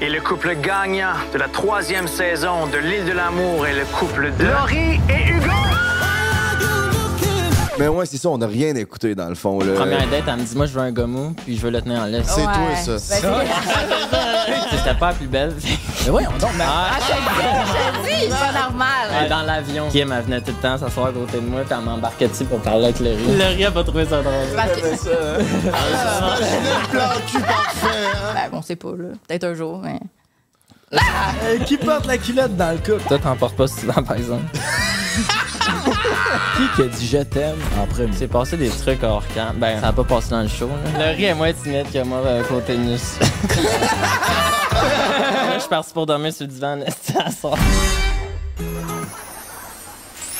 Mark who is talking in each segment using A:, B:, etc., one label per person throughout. A: Et le couple gagnant de la troisième saison de L'île de l'amour est le couple de... Laurie et Hugo!
B: Mais ouais, c'est ça, on n'a rien écouté dans le fond. Là.
C: Première date, elle me dit Moi, je veux un gommou, puis je veux le tenir en
D: Oh!
C: laisse.
B: C'est
E: Ouais.
B: toi, ça.
E: Ben, c'est-
C: C'était pas la plus belle.
D: Mais voyons donc, mais-
C: Ah,
E: c'est pas normal.
C: elle est dans l'avion. Kim, elle venait tout le temps s'asseoir à côté de moi, puis elle m'embarquait dessus pour parler avec Laurie. Laurie, elle va trouver ça hein. drôle.
E: Parce que- Ah.
B: Le plan cul parfait. hein.
E: ben, on sait pas, là. Peut-être un jour, mais.
D: Euh, qui porte la culotte dans le couple?
C: Toi, t'en portes pas souvent, par exemple.
D: Qui qui a dit je t'aime en premier?
C: C'est passé des trucs hors camp. Ben, ça a pas passé dans le show. Là. Laurie est moins timide que moi euh, côté tennis. Moi, je pars pour dormir sur le divan Nasty, à soir.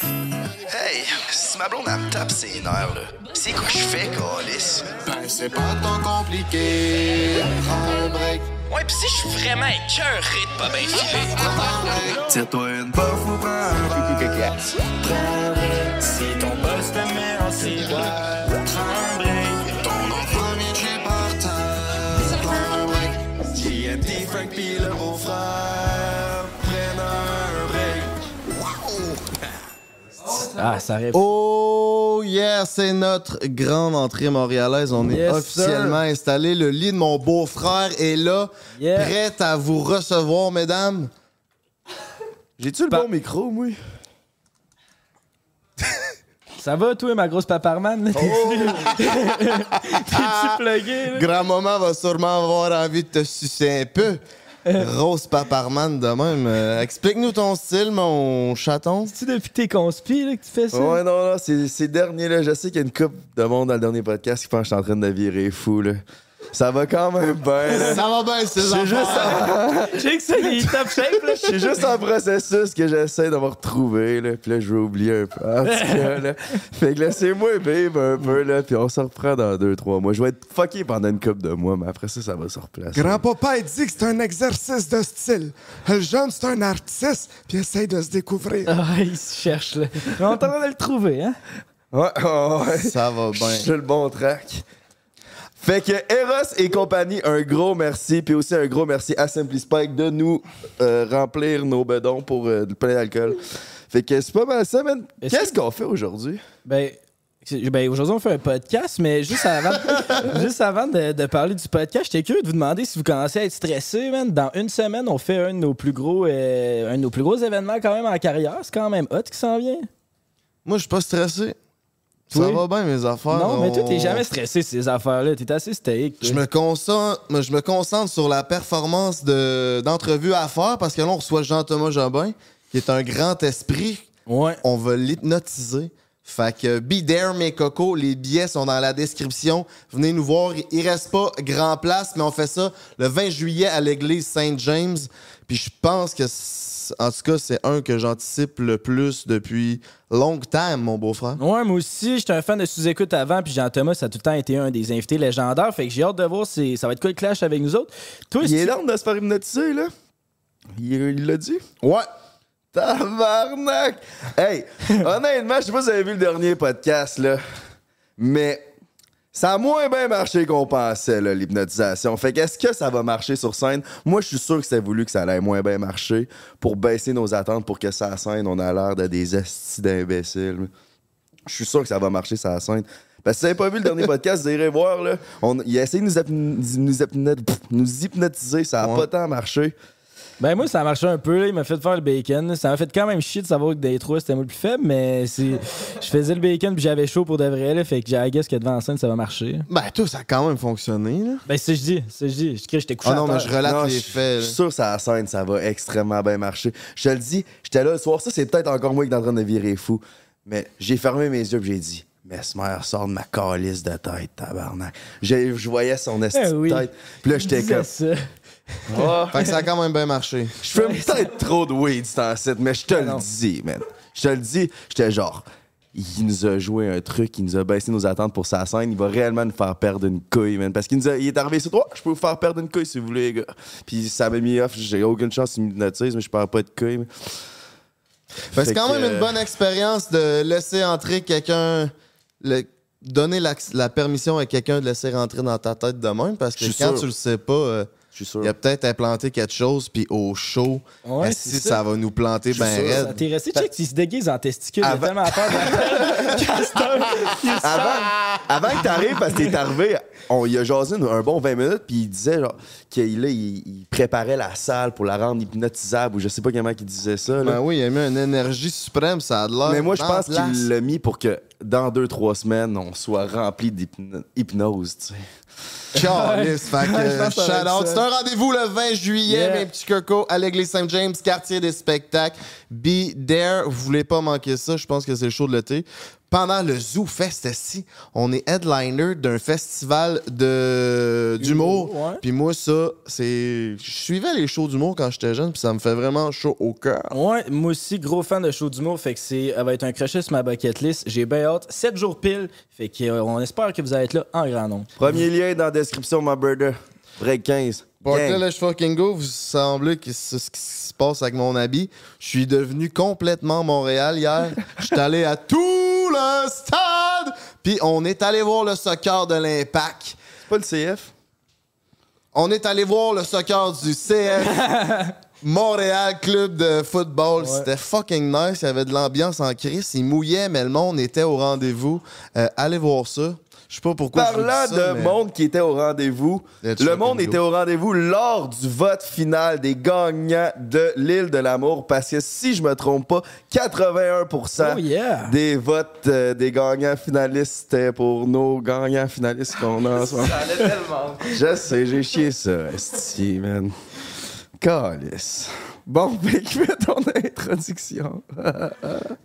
F: Hey, si ma blonde elle me tape ses nerfs, là, c'est quoi que je fais, Calis? Ben, c'est pas tant compliqué. Prends un break.
G: Ouais, pis si je suis vraiment écœuré de pas bien filer.
F: Tire-toi une pof ou prends un coucou caca.
G: Si ton boss te met en silhouette, prends un break.
F: Ton enfant midget par terre. Prends un break. JMD, Frank pis le beau frère. Prennent un break. Wow!
D: Ah, ça arrive.
H: Oh yeah, c'est notre grande entrée montréalaise. On est
D: Yes,
H: officiellement installé. Le lit de mon beau-frère est là,
D: Yeah.
H: prêt à vous recevoir, mesdames.
B: J'ai-tu le
D: Pa-
B: bon micro, moi?
D: Ça va, toi, ma grosse paparman? T'es-tu plugué, là?
H: Grand-maman va sûrement avoir envie de te sucer un peu. Rose Paparman de même. Euh, Explique-nous ton style, mon chaton.
D: C'est-tu depuis que t'es conspi, là, que tu fais ça?
B: Ouais, non, non, c'est- ces derniers-là, je sais qu'il y a une coupe de monde dans le dernier podcast qui pense que je suis en train de virer fou, là. Ça va quand même bien, là.
H: Ça va bien, ces
B: C'est
H: enfants.
B: juste, en-
D: J'ai que ça, il est top shape, là.
B: c'est juste en processus que j'essaie de me retrouver, là. Puis là, je vais oublier un peu. En tout cas, là. Fait que laissez-moi vivre un peu, là. Puis on se reprend dans deux, trois mois. Je vais être fucké pendant une coupe de mois, mais après ça, ça va se replacer.
I: Grand-papa, il dit que c'est un exercice de style. Le jeune, c'est un artiste, puis essaye de se découvrir.
D: Ah, il se cherche, là. Mais on est en train de le trouver, hein?
B: Ouais, ouais, ouais.
H: Ça va
B: Je
H: bien.
B: suis sur le bon track. Fait que Eros et compagnie, un gros merci. Puis aussi un gros merci à Simply Spike de nous euh, remplir nos bedons pour euh, plein d'alcool. Fait que c'est pas mal ça, man.
D: Est-ce
B: Qu'est-ce qu'on fait aujourd'hui?
D: Ben, c'est- ben, aujourd'hui, on fait un podcast, mais juste avant, juste avant de, de parler du podcast, j'étais curieux de vous demander si vous commencez à être stressé, man. Dans une semaine, on fait un de nos plus gros, euh, un de nos plus gros événements quand même en carrière. C'est quand même hot qui s'en vient.
H: Moi, je suis pas stressé. Ça
D: Oui.
H: va bien, mes affaires.
D: non, mais toi, t'es
H: On-
D: jamais stressé ces affaires-là. T'es assez stoïque. toi.
H: Je me concentre, moi, je me concentre sur la performance de- d'entrevue à faire parce que là, on reçoit Jean-Thomas Jobin, qui est un grand esprit.
D: Ouais.
H: On va l'hypnotiser. Fait que be there, mes cocos. Les billets sont dans la description. Venez nous voir. Il reste pas grand place, mais on fait ça le 20 juillet à l'église Saint-James. Puis je pense que, c'est- en tout cas, c'est un que j'anticipe le plus depuis longtemps, mon beau-frère.
D: Ouais, moi aussi, j'étais un fan de sous-écoute avant, puis Jean-Thomas, ça a tout le temps été un des invités légendaires. Fait que j'ai hâte de voir si ça va être quoi le clash avec nous autres. Toi,
B: Il est
D: si-
B: l'homme de se faire hypnotiser, là. Il il l'a dit.
H: Ouais.
B: Tabarnak! Hey, honnêtement, je sais pas si vous avez vu le dernier podcast, là, mais ça a moins bien marché qu'on pensait, là, l'hypnotisation. Fait qu'est-ce que ça va marcher sur scène? Moi, je suis sûr que c'est voulu que ça allait moins bien marcher pour baisser nos attentes pour que ça scène, on a l'air de des astis d'imbéciles. Je suis sûr que ça va marcher, ça scène. Parce que si vous n'avez pas vu le dernier podcast, vous irez voir, là. On, il a essayé de nous, hypno- nous, hypno- nous hypnotiser, ça a
H: Ouais.
B: pas tant marché.
D: Ben moi ça a marché un peu, là. il m'a fait faire le bacon. Ça m'a fait quand même chier de savoir que des trois c'était moi le plus faible, mais c'est. Je faisais le bacon puis j'avais chaud pour de vrai là, fait que j'ai I guess que devant la scène ça va marcher.
H: Ben, tout, ça a quand même fonctionné, là.
D: Ben c'est ce que je dis, c'est ce que je dis. Je crie, j'étais couché.
H: Ah non,
D: à terre.
H: mais je relate
B: Non,
H: les
B: je-
H: faits.
B: Je
H: là.
B: suis sûr que ça scène, ça va extrêmement bien marcher. Je te le dis, j'étais là le soir, ça c'est peut-être encore moi qui est en train de virer fou. Mais j'ai fermé mes yeux et j'ai dit Mesmer sort de ma calice de tête, tabarnak. J'ai- Je voyais son esti
D: Eh
B: de
D: oui.
B: tête. Puis là,
D: Je
B: j'étais
D: disais
B: comme
D: ça.
B: Ah,
H: Fait que ça a quand même bien marché.
B: Je fume peut-être trop de weed, c'est en site, mais je te le dis, man. Je te le dis, j'étais genre il nous a joué un truc, il nous a baissé nos attentes pour sa scène, il va réellement nous faire perdre une couille, man. Parce qu'il nous a- il est arrivé sur toi, je peux vous faire perdre une couille si vous voulez, les gars. Puis ça m'a mis off, j'ai aucune chance qu'il m'hypnotise, mais je perds pas de couille. man.
H: Fait que
B: Fait
H: Ben, c'est quand
B: que-
H: même une bonne expérience de laisser entrer quelqu'un, le- donner la, la permission à quelqu'un de laisser rentrer dans ta tête de même, parce que
B: Je suis
H: quand
B: sûr.
H: tu le sais pas, euh,
B: Je suis sûr.
H: Il a peut-être implanté quelque chose, puis au show,
D: Ouais,
H: est-ce
D: c'est
H: que
D: ça.
H: ça. va nous planter
B: sûr,
H: ben
D: Ça,
H: raide.
D: T'es resté check, il se déguise en testicule. Il a
B: Avant-
D: tellement peur de Castor, il se-
B: Avant, avant que t'arrives, parce que t'es arrivé, on y a jasé une- un bon 20 minutes, puis il disait genre, qu'il là, il, il préparait la salle pour la rendre hypnotisable, ou je sais pas comment il disait ça.
H: Ben
B: là.
H: oui, il a mis une énergie suprême, ça a de l'air.
B: Mais moi, je
H: en
B: pense
H: place.
B: qu'il l'a mis pour que dans deux, trois semaines, on soit rempli d'hypnose, tu sais.
H: Calisse, fait que
D: Ouais, je pense que ça va
H: shout
D: être
H: out.
D: ça.
H: C'est un rendez-vous le 20 juillet,
D: Yeah.
H: mes petits cocos, à l'église Saint-James, quartier des spectacles. Be there. Vous voulez pas manquer ça, je pense que c'est le show de l'été. Pendant le Zoo Fest, si, on est headliner d'un festival de d'humour.
D: Humour, ouais.
H: Puis moi, ça, c'est. Je suivais les shows d'humour quand j'étais jeune, puis ça me fait vraiment chaud au cœur.
D: Ouais, moi aussi, gros fan de show d'humour, fait que c'est, elle va être un crochet sur ma bucket list. J'ai bien hâte. 7 jours pile, fait qu'on espère que vous allez être là en grand nombre.
B: Premier lien dans la description, my brother. Break 15.
H: Barclay
B: Gang.
H: Lash fucking go, vous semblez que c'est ce qui se passe avec mon habit. Je suis devenu complètement Montréal hier. Je suis allé à tout le stade. Puis on est allé voir le soccer de l'Impact.
B: C'est pas le CF?
H: On est allé voir le soccer du CF. Montréal Club de football. C'était fucking nice. Il y avait de l'ambiance en crise. Il mouillait, mais le monde était au rendez-vous. Euh, allez voir ça. Je sais pas pourquoi. je vous dis
B: Parlant
H: ça,
B: de
H: mais-
B: monde qui était au rendez-vous,
H: Let's
B: le
H: fucking
B: monde
H: go.
B: était au rendez-vous lors du vote final des gagnants de l'île de l'amour parce que si je me trompe pas, 81%
D: Oh yeah!
B: des votes euh, des gagnants finalistes c'était pour nos gagnants finalistes qu'on a en ce moment. Je sais, j'ai chié ça, esti, man. Calice. Bon, ben, fait que fais ton introduction.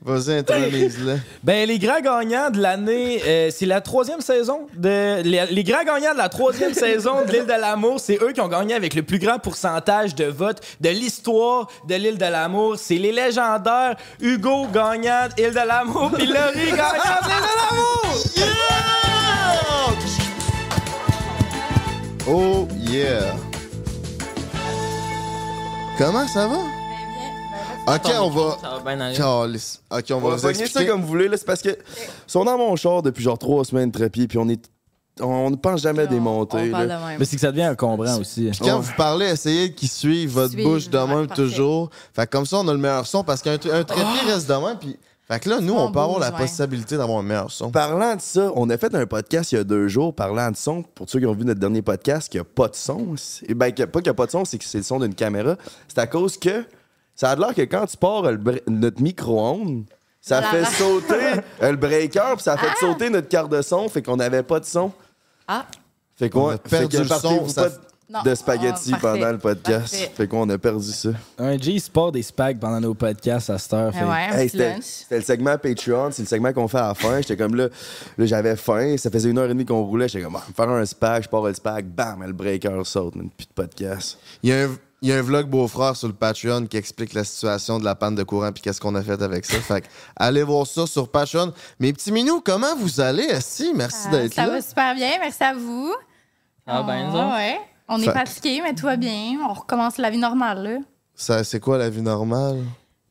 H: Vas-y, intronise-le.
D: Ben, les grands gagnants de l'année, euh, c'est la troisième saison de. Les, les grands gagnants de la troisième saison de l'île de l'amour, c'est eux qui ont gagné avec le plus grand pourcentage de votes de l'histoire de l'île de l'amour. C'est les légendaires Hugo gagnant de l'île de l'amour, puis Laurie gagnant de l'île de l'amour!
H: Oh yeah! Comment ça va? Ok, on va.
C: Ça va bien aller.
H: Calisse. Ok, on
B: On
H: va
B: va
H: vous
B: pogner ça
H: expliquer.
B: comme vous voulez, là, c'est parce que ils sont dans mon char depuis genre trois semaines de pied, puis on est. On ne pense jamais des montées.
E: On parle de
B: là.
E: même.
D: Mais c'est que ça devient encombrant aussi.
H: Puis Quand vous parlez, essayez qu'ils suivent votre
E: Suivre,
H: bouche de
E: ouais,
H: même
E: parfait.
H: toujours. Fait que comme ça, on a le meilleur son parce qu'un tr- un
C: Oh!
H: trépied reste de même. Puis... Fait que là, nous, on
E: On
H: peut avoir la
E: bouge, ouais.
H: possibilité d'avoir un meilleur son.
B: Parlant de ça, on a fait un podcast il y a deux jours parlant de son. Pour ceux qui ont vu notre dernier podcast, qu'il n'y a pas de son. c'est- Ben, qu'il y a- pas qu'il n'y a pas de son, c'est que c'est le son d'une caméra. C'est à cause que ça a l'air que quand tu pars euh, le br- notre micro-ondes, ça
E: La Ah!
B: fait
E: ra-
B: sauter euh, le breaker, puis ça fait sauter notre carte de son, fait qu'on n'avait pas de son.
E: Ah,
B: Fait qu'on
H: On a perdu le son,
B: partez-vous
H: ça
B: pas
H: f-
E: Non,
B: de spaghettis
E: on- parfait,
B: pendant le podcast.
E: parfait.
B: Fait qu'on a perdu ça.
D: Un G, il se porte des spags pendant nos podcasts à cette heure.
E: ben
D: fait-
E: ouais, un
B: Hey,
E: petit
B: c'était
E: lunch.
B: c'était le segment Patreon, c'est le segment qu'on fait à la fin. J'étais comme là, là, j'avais faim, ça faisait une heure et demie qu'on roulait. J'étais comme, ah, faire un spag, je pars le spag, bam, le breaker saute, man, plus de podcast.
H: Il y a un. il y a un vlog beau-frère sur le Patreon qui explique la situation de la panne de courant puis qu'est-ce qu'on a fait avec ça. Fait que allez voir ça sur Patreon. Mes petits minous, comment vous allez? Si, merci
E: Ah,
H: d'être
E: Ça
H: là.
E: va super bien, merci à vous.
C: Ah, ben,
E: Ah,
C: ça.
E: ouais. On
H: Fait-
E: est fatigué, mais tout va bien. On recommence la vie normale, là.
H: Ça, c'est quoi la vie normale?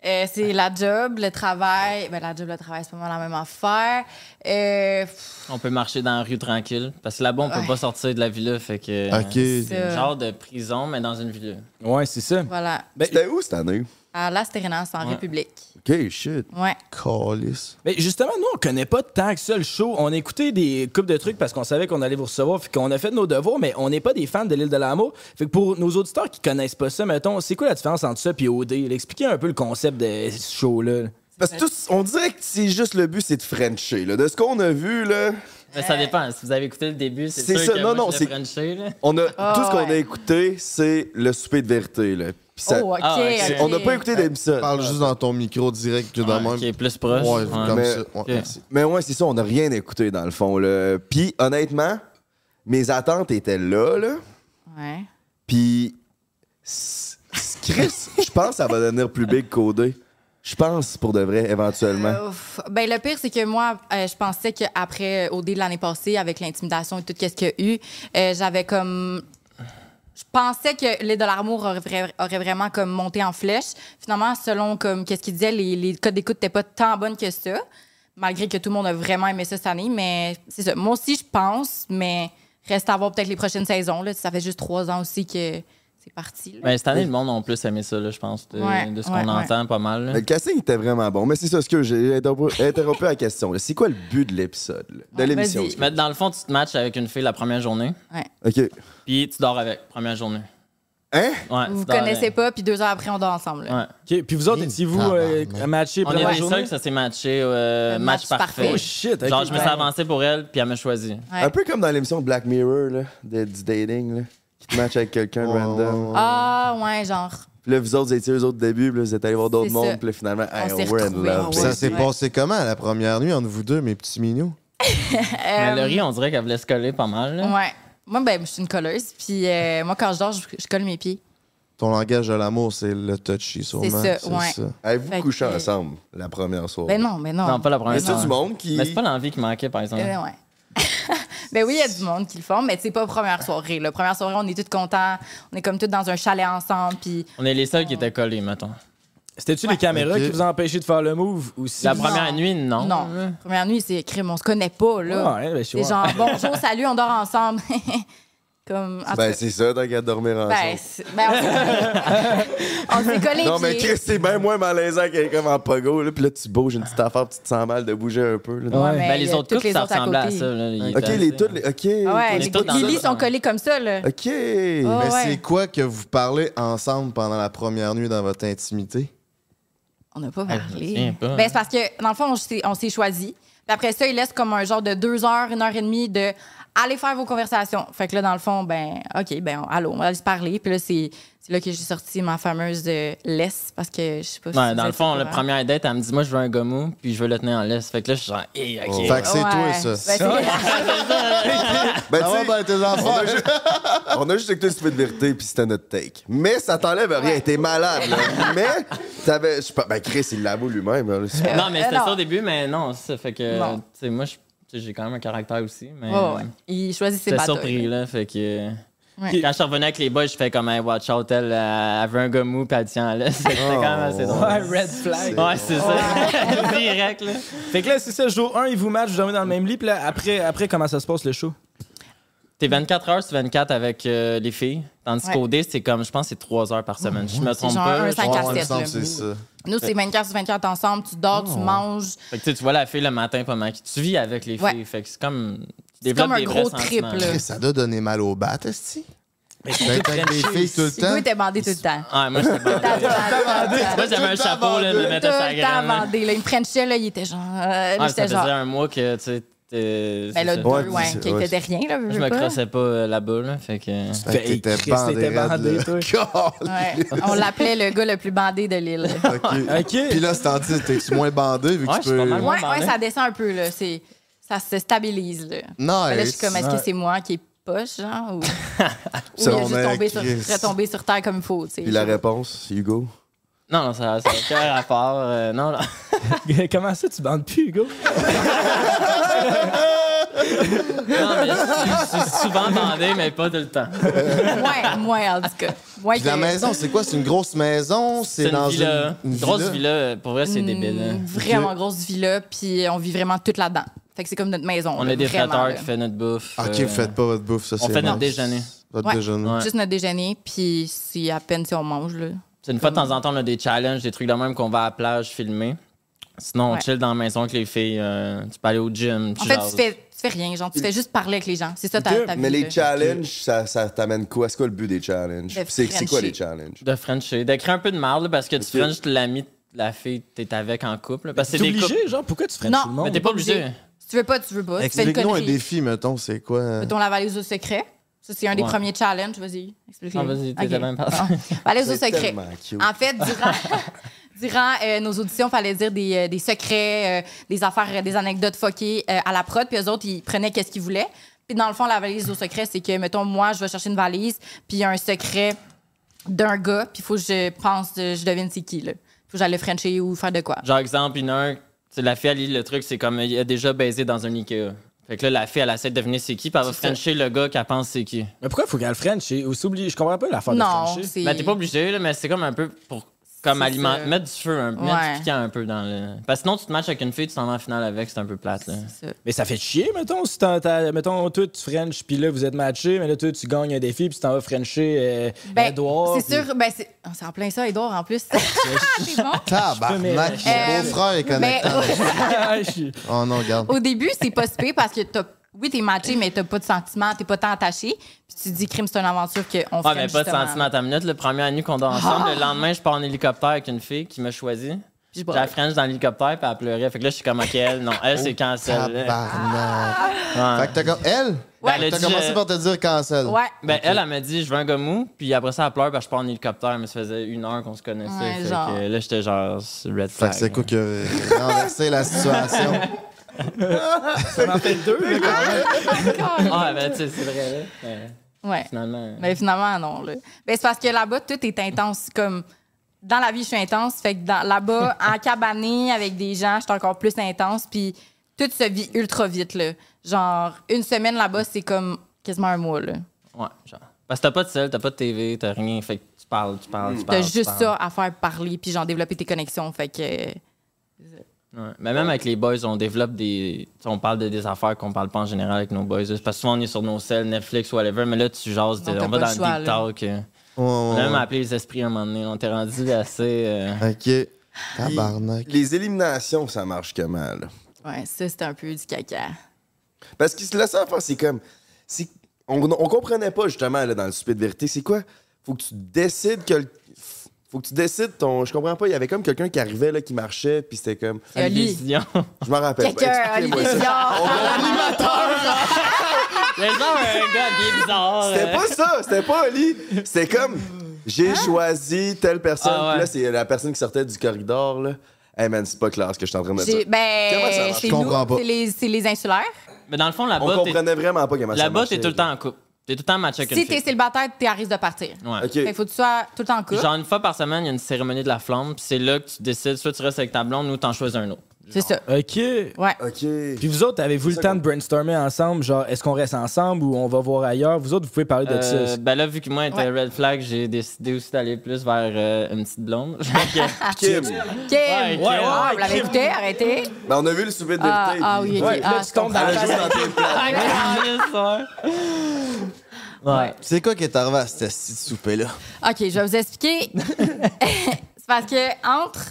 E: Euh, c'est la job, le travail. Ben, la job, le travail, c'est pas mal la même affaire. Euh, pff,
C: On peut marcher dans la rue tranquille. Parce que là-bas, on peut
E: Ouais.
C: pas sortir de la villa. Fait que.
H: Ok.
C: C'est un genre de prison, mais dans une villa.
D: Ouais, c'est ça.
E: voilà. Ah,
B: C'était où cette année?
E: À la Stérénance, en
C: Ouais.
E: République.
B: Ok, shit.
E: Ouais.
H: Calice.
D: Mais justement, nous, on connaît pas tant que ça le show. On a écouté des coupes de trucs parce qu'on savait qu'on allait vous recevoir, puis qu'on a fait nos devoirs, mais on n'est pas des fans de l'île de l'amour. Fait que pour nos auditeurs qui connaissent pas ça, mettons, c'est quoi la différence entre ça puis OD? Expliquez un peu le concept de ce show-là.
B: Parce que tous- on dirait que c'est juste le but, c'est de Frencher. là. De ce qu'on a vu, là,
C: Mais
E: Euh.
C: ça dépend. Si vous avez écouté le début, c'est
B: C'est ça,
C: sûr que
B: non,
C: moi,
B: non,
C: je
B: c'est-
C: l'ai Frenché, là.
B: on a,
E: Ah,
B: tout ce qu'on a
E: ouais.
B: écouté, c'est le souper de vérité. Là. Puis ça-
E: Oh, OK.
C: Ah, ouais, c'est-
E: ok.
B: On n'a pas écouté d'épisode.
H: Parle juste dans ton micro direct que dans
C: Ouais,
H: même.
C: Qui est plus proche.
H: Ouais,
C: Ah, Ouais.
H: comme
B: Mais-
H: ça. Ouais,
C: Ok.
H: merci.
B: Mais ouais, c'est ça, on n'a rien écouté dans le fond. Là. Puis honnêtement, mes attentes étaient là. là.
E: Ouais.
B: Puis, s- s- Chris, je pense que ça va devenir plus big qu'OD. Je pense pour de vrai, éventuellement.
E: Euh, ouf. ben, le pire, c'est que moi, euh, je pensais qu'après euh, au dé de l'année passée, avec l'intimidation et tout ce qu'il y a eu, euh, j'avais comme. Je pensais que les de l'amour aurait, vra- aurait vraiment comme monté en flèche. Finalement, selon comme qu'est-ce qu'il disait, les, les codes d'écoute n'étaient pas tant bonnes que ça, malgré que tout le monde a vraiment aimé ça cette année. Mais c'est ça. Moi aussi, je pense, mais Reste à voir peut-être les prochaines saisons. Là. Ça fait juste trois ans aussi que c'est parti. là.
C: Ben, cette année, le monde a plus aimé ça, là, je pense, de,
E: Ouais,
C: de ce
E: ouais,
C: qu'on
E: ouais.
C: entend pas mal. là.
B: Le casting était vraiment bon. Mais c'est ça, ce que j'ai interrompu interrompu la question. là. C'est quoi le but de l'épisode? là? De
E: Ouais,
B: l'émission?
E: vas-y.
B: excuse-moi.
C: Mais dans le fond, tu te matches avec une fille la première journée,
E: Ouais.
B: OK.
C: puis tu dors avec, première journée.
B: Hein?
C: Ouais,
E: Vous
C: tu
E: vous
C: dors
E: connaissez
C: avec.
E: pas, puis deux heures après, on dort ensemble. là.
C: Ouais.
D: OK, puis vous autres, étiez-vous
H: ah,
D: euh,
H: Tabarnak.
D: matchés
C: On est
D: première
C: les seuls
D: journée?
C: que ça s'est matché, euh,
E: Le
C: match,
E: match
C: parfait.
E: parfait.
D: Oh shit, ok.
C: Genre, je me suis avancé pour elle, puis elle m'a choisi.
E: Ouais.
B: Un peu comme dans l'émission de Black Mirror, là, de- du dating, là, qui te match avec quelqu'un random.
E: Ah, ouais, genre.
B: Puis là, vous autres, vous étiez eux autres au début, puis là, vous êtes allés voir d'autres
E: C'est
B: mondes,
E: ça.
B: puis là, finalement, hey,
E: s'est
B: we're in
E: retrouvés.
B: love.
E: Ah
H: Puis
B: baby.
H: ça s'est
E: ouais.
H: passé comment la première nuit entre vous deux, mes petits mignons?
C: Mais Laurie, on dirait qu'elle voulait se coller pas mal. là.
E: euh, Ouais. Moi, ben, je suis une colleuse, puis euh, moi, quand je dors, je, je colle mes pieds.
H: Ton langage de l'amour, c'est le touchy, sûrement.
E: ça, ouais.
C: Euh,
B: Avez-vous
E: Fait
B: couché
E: que-
B: ensemble la première soirée?
E: Ben non, mais non.
C: Oh. Non, pas hein. la première
B: Mais
E: Ben non.
B: c'est du monde qui.
C: Mais c'est pas l'envie qui manquait, par exemple.
E: Euh, ouais. ben oui, il y a du monde qui le font, mais c'est pas première soirée. La première soirée, on est tous contents. On est comme tous dans un chalet ensemble, puis
C: On est les seuls
E: euh,
C: qui étaient collés, mettons.
D: C'était-tu les caméras
H: Ok.
D: qui vous ont empêché de faire le move ou si
C: La
D: vous-
C: première nuit, non.
E: non. Première nuit, c'est crime, on se connaît pas, là.
D: Ouais, ben, je
E: c'est
D: vois.
E: genre, bonjour, salut, on dort ensemble. comme, en tout
B: Ben,
E: cas,
B: c'est ça, tant qu'à dormir ensemble.
E: ben, c'est- ben, on s'est- on s'est collés
B: non, mais
E: pieds.
B: Chris, c'est bien moins malaisant qu'elle est comme en pogo, là, puis là, tu bouges une petite
H: Ah.
B: affaire, puis tu te sens mal de bouger un peu. là.
D: Ouais.
E: Ouais, mais
C: Ben,
E: il
C: les
E: y a
C: autres
E: toutes
C: couples,
E: les
C: ça
E: autres à
C: ressemblait à
E: côté.
C: ça. là. Ils
B: Ok, les
C: étaient assez-
H: hein.
B: toutes. les- Ok.
E: Ah Ouais,
C: On
E: les
C: est tous dans
E: Lily
C: ça.
E: sont collés comme ça, là.
B: Ok.
E: Ah
H: Mais
E: ouais.
H: c'est quoi que vous parlez ensemble pendant la première nuit dans votre intimité?
E: On n'a pas
C: Ah, je me souviens
E: parlé.
C: pas.
E: Ben, c'est parce que, dans le fond, on s'est- on s'est choisi. Puis après ça, il laisse comme un genre de deux heures, une heure et demie de aller faire vos conversations. Fait que là, dans le fond, ben, OK, ben, on- allô, on va aller se parler. Puis là, c'est c'est là que j'ai sorti ma fameuse euh, laisse parce que je sais pas si.
C: Ouais,
E: vous
C: dans le
E: êtes
C: fond,
E: au
C: la
E: courant.
C: première date, elle me dit Moi, je veux un gommou, puis je veux le tenir en laisse. Fait que là, je suis genre, Eh, ok.
H: Fait que c'est toi,
E: Ouais.
H: ça.
E: Ben, c'est-
B: Ben, tu
H: Ah ouais,
B: sais,
H: ben, tes enfants.
B: on a juste écouté une petite vérité, puis c'était notre take. Mais ça t'enlève rien, t'es malade, là. Mais, t'avais. je sais pas- Ben, Chris, il l'avoue lui-même, hein, là. C'est pas-
C: Non, mais c'était
E: Euh, non.
C: ça au début, mais non, ça fait que.
E: Non.
C: Tu sais, moi, je- tu sais, j'ai quand même un caractère aussi, mais.
E: Ouais, ouais, ouais. Il choisit ses
C: J'étais
E: batailles.
C: surpris, là. Fait que.
E: Ouais.
C: Quand je suis revenu avec les boys, je fais comme un watch out, elle, euh, elle veut un gommou, puis elle tient en laisse. Fait que C'était quand même
B: Oh.
C: assez drôle.
D: Ouais, red flag.
C: Ouais, c'est ça. Direct, là.
D: Fait que là, c'est ça, jour 1, ils vous matchent, vous dormez dans le même lit, puis là, après, après comment ça se passe le show?
H: Ben,
C: T'es 24 heures sur 24 avec euh, les filles. Tandis
E: Ouais.
C: qu'au D, c'est comme, je pense, c'est 3 heures par semaine. Je me trompe
E: genre
C: pas.
E: un
C: Je-
E: cinq
H: Ouais,
E: à
H: il me
E: sept,
H: semble
E: là.
H: que c'est ça.
E: Nous, c'est 24 sur 24 ensemble. Tu dors, tu manges.
C: Fait que, tu sais, tu vois la fille le matin pendant que tu vis avec les filles.
E: Ouais.
C: Fait que c'est comme. tu
E: C'est
C: développes
E: comme un
C: des
E: gros
C: vrais
E: trip,
C: sentiments.
E: là.
H: Chris, Ça doit donner mal au bat, est-ce D'être avec des filles tout le
E: Il
H: temps.
E: doit être bandé tout le temps.
C: Ah, moi, j'étais bandé.
E: T'as- t'as- t'as- t'as-
C: Moi, j'avais un chapeau, là, je me
E: Tout
C: mettais sa
E: le temps
C: graine. là.
E: bandé. là. Il me frenchait, là, il était genre. euh,
C: Ah,
E: j'étais
C: ça faisait
E: genre-
C: un mois que, tu sais, t'es-
E: Ben
C: c'est
E: là,
C: ça.
E: deux,
B: Ouais,
E: ouais,
B: c'est-
E: qui
B: ouais,
E: était rien, là. veux,
C: Je
E: veux
C: me
E: pas.
C: crossais pas euh, là-bas, là. Fait que.
H: Fait que ben, t'étais
D: Chris,
H: bandé,
D: bandé,
H: raide,
D: toi.
E: Ouais. On l'appelait le gars le plus bandé de l'île.
H: là. Ah, OK.
D: OK.
H: Puis là, c'est en dit, t'es-tu moins bandé vu que
C: Ouais,
H: tu
C: je suis pas
H: peux.
C: mal moins
E: Ouais, ouais,
C: bandé.
E: ça descend un peu, là. C'est, ça se stabilise, là. Là, je suis
H: Nice.
E: comme, est-ce que c'est moi qui est poche, genre, ou, ou il
B: Ça,
E: a
B: on
E: juste
B: est
E: tombé sur,
B: Christ.
E: retombé sur terre comme il faut, tu sais.
B: Puis la réponse, Hugo.
C: Non, non, ça ça a aucun rapport. euh, non, non.
D: comment ça, tu bandes plus, Hugo?
C: Non, mais je je suis souvent bandé, mais pas tout le temps.
E: Ouais, moi, en tout cas. Moi,
H: Puis la maison, c'est quoi? C'est une grosse maison?
C: C'est
H: C'est
C: une
H: dans
C: villa.
H: une-
C: Une grosse villa. Pour vrai, c'est débile. hein.
E: Vraiment grosse villa, puis on vit vraiment toute là-dedans. Fait que c'est comme notre maison.
C: On
E: là,
C: a des
E: vraiment,
C: fêteurs
E: là.
C: qui fait notre bouffe.
H: OK,
C: euh,
H: vous faites pas votre bouffe, ça, c'est
C: on fait notre
H: nice.
C: déjeuner.
H: Votre
E: Ouais.
H: déjeuner.
C: Ouais.
E: Juste notre déjeuner, puis c'est à peine si on mange, là.
C: C'est une fois de temps en temps, on a des challenges, des trucs de même qu'on va à la plage filmer. Sinon, on
E: Ouais.
C: chill dans la maison avec les filles. euh, tu peux aller au gym.
E: En fait,
C: jases.
E: tu fais, tu fais rien, genre, tu fais juste parler avec les gens. C'est ça ta, ta vie.
B: Mais
E: là.
B: les challenges, ça, ça t'amène quoi? C'est quoi le but des challenges?
E: De
B: C'est c'est quoi
E: Frenchie.
B: les challenges?
C: De Frencher. D'écrire un peu de marde là, parce que tu Frenches l'ami de la fille que t'es avec en couple. là. Parce que
D: T'es
C: c'est des couples.
D: obligé, genre, pourquoi tu ferais
E: Non.
D: tout le
C: Mais
D: monde?
C: t'es pas obligé.
E: Si tu veux pas, tu veux pas. Tu fais une
H: Explique-nous un
E: connerie.
H: défi, mettons, c'est quoi?
E: Mettons la valise au secret. Ça, c'est un des
C: Ouais.
E: premiers challenges. Vas-y, explique-le.
C: Ah, vas-y, t'es
E: Ok.
C: la même personne.
E: Bon. Valise au
B: C'est
E: secret.
B: tellement cute.
E: En fait, durant, durant euh, nos auditions, il fallait dire des, euh, des secrets, euh, des affaires, euh, des anecdotes fuckées euh, à la prod. Puis eux autres, ils prenaient qu'est-ce qu'ils voulaient. Puis dans le fond, la valise au secret, c'est que, mettons, moi, je vais chercher une valise, puis il y a un secret d'un gars, puis il faut que je pense, euh, je devine c'est qui, là. Faut que j'aille le frencher ou faire de quoi.
C: Genre, exemple, une heure, tu sais, la fille, elle lit le truc, c'est comme il a déjà baisé dans un Ikea. Fait que là, la fille, elle essaie de deviner c'est qui, puis elle va Frencher le gars qu'elle pense c'est qui.
D: Mais pourquoi faut qu'elle le French? C'est- ou s'oublie- Je comprends pas l'affaire de
E: Non,
D: French.
E: c'est...
C: Ben, t'es pas obligé, là, mais c'est comme un peu pour Comme
E: C'est
C: aliment...
E: ça.
C: mettre du feu, un...
E: Ouais.
C: mettre du piquant un peu dans le. Parce que sinon, tu te matches avec une fille, tu t'en vas en finale avec, c'est un peu plate. Là.
E: C'est ça.
D: Mais ça fait chier, mettons, si t'en- t'as- mettons, toi, tu French, puis là, vous êtes matchés, mais là, toi, tu gagnes un défi, puis tu t'en vas Frencher euh,
E: Ben,
D: Edouard.
E: c'est
D: puis-
E: sûr, ben c'est oh, c'est en plein ça, Edouard, en plus. c'est bon.
H: Tabarnak, mon
E: Euh,
H: beau-frère est
E: Mais
H: connecté. Oh non, regarde.
E: au début, c'est pas si pire parce que t'as. Oui, t'es matché, mais t'as pas de sentiment, t'es pas tant attaché. Puis tu te dis, crime, c'est une aventure qu'on fait.
C: Ouais, Ah, mais pas de sentiment à ta minute. Le premier nuit qu'on dort ensemble, le lendemain, je pars en hélicoptère avec une fille qui m'a choisi.
E: Puis
C: J'ai
E: je
C: la French dans l'hélicoptère, puis elle pleurait. Fait que là, je suis comme, OK, elle, non, elle, c'est cancel. là.
H: Oh, Tabarnak.
C: Ouais.
E: Ah!
H: Fait que t'as comme. Elle?
C: Ben,
E: Ouais.
C: elle a
H: T'as
C: dit,
H: commencé
C: euh,
H: par te dire cancel.
E: Ouais.
C: Ben, elle, elle m'a dit, je veux un gommou, puis après ça, elle pleure, puis je pars en hélicoptère, mais ça faisait une heure qu'on se connaissait.
E: Ouais,
C: fait
E: genre.
C: que là, j'étais genre,
H: Fait
C: red flag.
H: que c'est quoi qui a renversé la situation?
C: Ah, ben, tu sais, c'est vrai, là. Mais
E: Ouais.
C: finalement.
E: Mais finalement, non. Là. Ben, c'est parce que là-bas, tout est intense. Comme dans la vie, je suis intense. Fait que dans- là-bas, en cabanée avec des gens, je suis encore plus intense. Puis tout se vit ultra vite. Là. Genre, une semaine là-bas, c'est comme quasiment un mois. Là.
C: Ouais, genre. Parce que t'as pas de sel, t'as pas de TV, t'as rien. Fait que tu parles, tu parles, tu parles.
E: T'as
C: tu
E: juste
C: parles.
E: ça à faire parler, puis genre développer tes connexions. Fait que.
C: Ouais. Mais même avec les boys, on développe des. tu sais, on parle de des affaires qu'on parle pas en général avec nos boys. là. C'est Parce que souvent, on est sur nos selles, Netflix, whatever, mais là, tu jases.
E: Non,
C: de-
E: t'as
C: on
E: pas
C: va
E: le
C: dans
E: choix,
C: le deep
E: là.
C: talk. euh.
H: Ouais,
C: On
H: ouais,
C: a même
H: ouais.
C: appelé les esprits à un moment donné. On t'est rendu assez. euh,
H: Ok. Tabarnak.
B: Les éliminations, ça marche comment, là?
E: Ouais, ça, c'était un peu du caca.
B: Parce qu'ils se laissaient en faire, c'est comme. c'est- On, on comprenait pas, justement, là, dans le souper de vérité, c'est quoi? Faut que tu décides que. le- Faut que tu décides ton. Je comprends pas, il y avait comme quelqu'un qui arrivait, là, qui marchait, puis c'était comme.
E: Et Oli.
C: Dion.
B: Je m'en rappelle pas.
E: Quelqu'un,
B: Expliquez-moi
E: Olivier
B: ça.
E: Dior.
C: Il y a genre un gars bien bizarre.
B: C'était
C: euh.
B: pas ça, c'était pas Oli. C'était comme j'ai
E: Hein?
B: choisi telle personne.
C: Ah ouais.
B: Puis là, c'est la personne qui sortait du corridor. Là. Hey man, c'est pas clair ce que je suis en train de me dire.
E: J'ai-
B: Comment ça
E: Ben,
B: marche?
E: c'est
H: Je comprends
E: nous,
H: pas.
E: c'est les, c'est les insulaires.
C: Mais dans le fond,
B: On
C: là-bas, t'es-
B: comprenait vraiment pas comment ça
C: là-bas,
B: marchait.
C: t'es tout le temps en couple. T'es tout le temps match avec
E: Si
C: une
E: t'es
C: fille.
E: célibataire, t'es à risque de partir.
C: Ouais.
B: OK.
E: Fait que faut que tu sois tout le temps en couple.
C: Genre une fois par semaine, il y a une cérémonie de la flamme, puis c'est là que tu décides soit tu restes avec ta blonde ou t'en choisis un autre.
E: C'est ça.
D: OK.
E: Ouais.
B: OK.
D: Puis vous autres, avez-vous le
B: Ça,
D: temps
B: quoi.
D: de brainstormer ensemble? Genre, est-ce qu'on reste ensemble ou on va voir ailleurs? Vous autres, vous pouvez parler de
C: Euh,
D: ça.
C: ben là, vu que moi, était red flag, j'ai décidé aussi d'aller plus vers euh, une petite blonde. Fait que-
E: Ah,
B: Kim.
E: Kim!
C: Ouais, Kim.
E: Ah, vous l'avez écouté, arrêtez.
B: Ben, on a vu le souper de vérité.
E: Ah, ah
B: puis-
E: oui, ok.
B: Ouais.
E: Ah,
D: là, tu
E: je
D: tombes dans
B: On
E: comprends.
B: a joué dans tes plans.
C: Ah, câlisse, ouais. Ouais.
H: C'est quoi qui est arrivé à cette petite souper-là?
E: OK, je vais vous expliquer. c'est parce que entre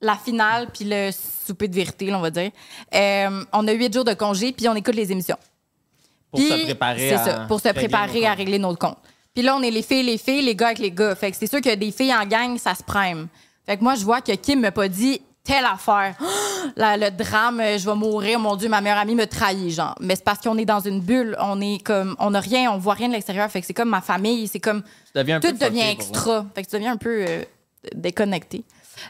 E: la finale puis le souper de vérité, là, on va dire, euh, on a huit jours de congé puis on écoute les émissions.
C: Pour
E: Puis,
C: se préparer
E: C'est
C: à
E: ça, pour se
C: régler
E: préparer
C: nos
E: à régler notre compte. Puis là, on est les filles, les filles, les gars avec les gars. Fait que c'est sûr que des filles en gang, ça se prime. Fait que moi, je vois que Kim m'a pas dit telle affaire. Là, le drame, euh, je vais mourir, mon Dieu, ma meilleure amie me trahit, genre. Mais c'est parce qu'on est dans une bulle, on est comme, on a rien, on voit rien de l'extérieur. Fait que c'est comme ma famille, c'est comme
C: Tu deviens un
E: tout
C: peu fucké,
E: devient
C: pour
E: extra. Fait que tu deviens un peu euh, déconnecté.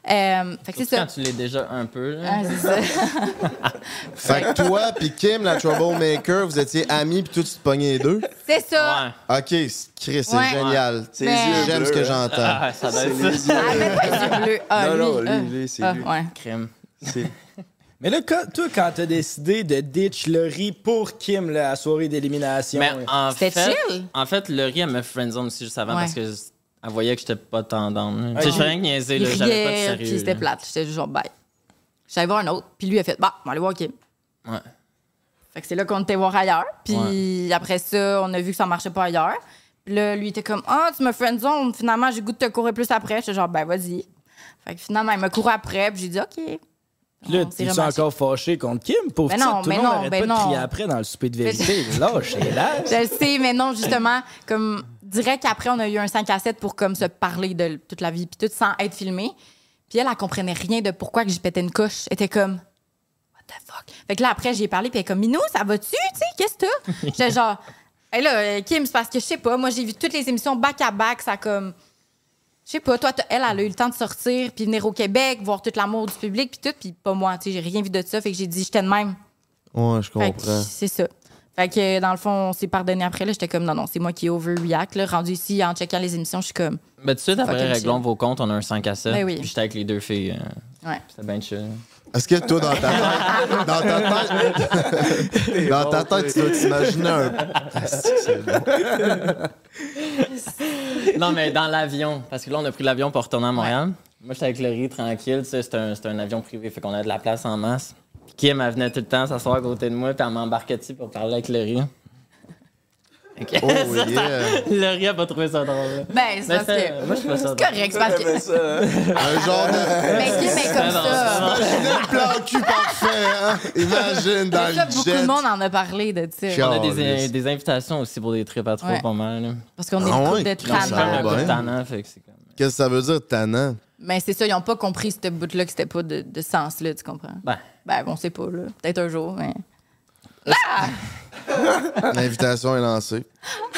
E: Euh, fait que c'est
C: Surtout
E: ça.
C: Quand tu l'es déjà un peu. là.
E: Ah, c'est ça.
H: Fait que toi puis Kim, la troublemaker, vous étiez amis puis tout, tu te pognais les deux.
E: Ah, C'est ça.
C: Ouais.
H: Ok, c'est- Chris, c'est
E: Ouais.
H: génial.
B: Ses yeux
H: J'aime
B: bleus,
H: ce que
B: hein.
H: j'entends.
C: Ah, ça doit
B: C'est
C: être ça.
B: les yeux.
E: Ah, mais pas les yeux bleus. Ah,
B: Non,
E: lui,
B: non, lui,
E: ah.
B: lui, c'est
E: Ah,
B: lui.
E: ouais.
C: Crime.
B: C'est-
D: Mais là, quand- toi, quand t'as décidé de ditch le riz pour Kim là, à la soirée d'élimination,
C: Mais
D: euh,
C: en
E: C'était
C: fait,
E: chill.
C: en fait, Laurie, elle me friendzone aussi juste avant
E: Ouais.
C: parce que je- elle voyait que j'étais pas tendance. Tu sais, je fais rien que niaiser,
E: Il
C: là, j'avais pas de
E: riait,
C: sérieux.
E: puis c'était
C: là.
E: plate. J'étais juste genre, bye. J'allais voir un autre, puis lui a fait, bah, on va aller voir Kim.
C: Ouais.
E: Fait que c'est là qu'on était voir ailleurs. Puis après ça, on a vu que ça marchait pas ailleurs. Puis là, lui était comme, ah, tu me friendzone. Finalement, j'ai le goût de te courir plus après. J'étais genre, ben, vas-y. Fait que finalement, il me court après, puis j'ai dit, OK.
D: là,
E: On s'est
D: tu es
E: rematché.
D: encore fâché contre Kim? Pauvre
E: Ben
D: petite,
E: non,
D: tout
E: ben
D: le monde
E: non,
D: arrête
E: ben
D: pas de
E: non. Ben
D: crier après dans le souper de vérité. là, j'ai l'air.
E: Je le sais, mais non, justement, comme direct après, on a eu un 5 à 7 pour comme se parler de toute la vie, puis tout sans être filmé. Puis elle, elle comprenait rien de pourquoi que j'y pétais une couche. Elle était comme, What the fuck? Fait que là, après, j'ai parlé, puis elle est comme, Minou, ça va-tu? Tu sais, qu'est-ce que t'as? J'étais genre, Hey, là, euh, Kim, c'est parce que je sais pas, moi, j'ai vu toutes les émissions back-à-back, ça comme. Je sais pas, toi, t'as- elle, elle a eu le temps de sortir, puis venir au Québec, voir tout l'amour du public, puis tout, puis pas moi, tu sais, j'ai rien vu de ça, fait que j'ai dit, j'étais de même.
H: Ouais, je
E: Fait que
H: comprends.
E: c'est ça. Fait que dans le fond, on s'est pardonné après. là J'étais comme, non, non, c'est moi qui overreact. Là. Rendu ici, en checkant les émissions, je suis comme,
C: Ben, tout de suite, après,
E: Fucking
C: réglons
E: chill.
C: vos comptes, on a un 5 à 7.
E: Ben oui.
C: Puis j'étais avec les deux filles. euh,
E: ouais.
C: C'était bien chill.
H: Est-ce que toi, dans ta tête, dans ta tête,
B: Ah,
H: dans ta tête, tu dois t'imaginer un.
C: Non, mais dans l'avion. Parce que là, on a pris l'avion pour retourner à Montréal. Moi, j'étais avec le riz tranquille, tu sais, c'était un, c'était un avion privé, fait qu'on avait de la place en masse. Kim, elle venait tout le temps s'asseoir à côté de moi, puis elle m'embarquait dessus pour parler avec le riz. Ok.
H: Oh,
C: Ça,
H: yeah.
C: le riz a pas trouvé ça drôle. là.
E: Ben, c'est
C: Mais
E: parce
C: ça,
E: que.
C: moi, je trouve ça
E: C'est correct, c'est parce que.
H: Un genre de.
E: Mais Kim est comme
C: non,
E: ça.
H: Le plan cul parfait, hein? Imagine dans
E: C'est ça,
H: le
E: beaucoup
H: jet.
E: de monde en a parlé de ça.
H: Ciao.
C: On a des,
H: Caliste.
C: des invitations aussi pour des trips à trois,
E: Oh, Ouais.
C: pas mal. là.
E: Parce qu'on est
H: Ah
E: une
H: ouais,
E: couple de
C: Donc, c'est comme
H: va
E: tannants.
C: un
H: bien.
C: coup de tannant, fait que c'est comme...
H: Qu'est-ce que ça veut dire, tannant?
E: Mais c'est ça, ils n'ont pas compris ce bout-là que c'était pas de, de sens, là, tu comprends?
C: Ben,
E: Ben, on sait pas, là. Peut-être un jour, mais.
H: L'invitation est lancée.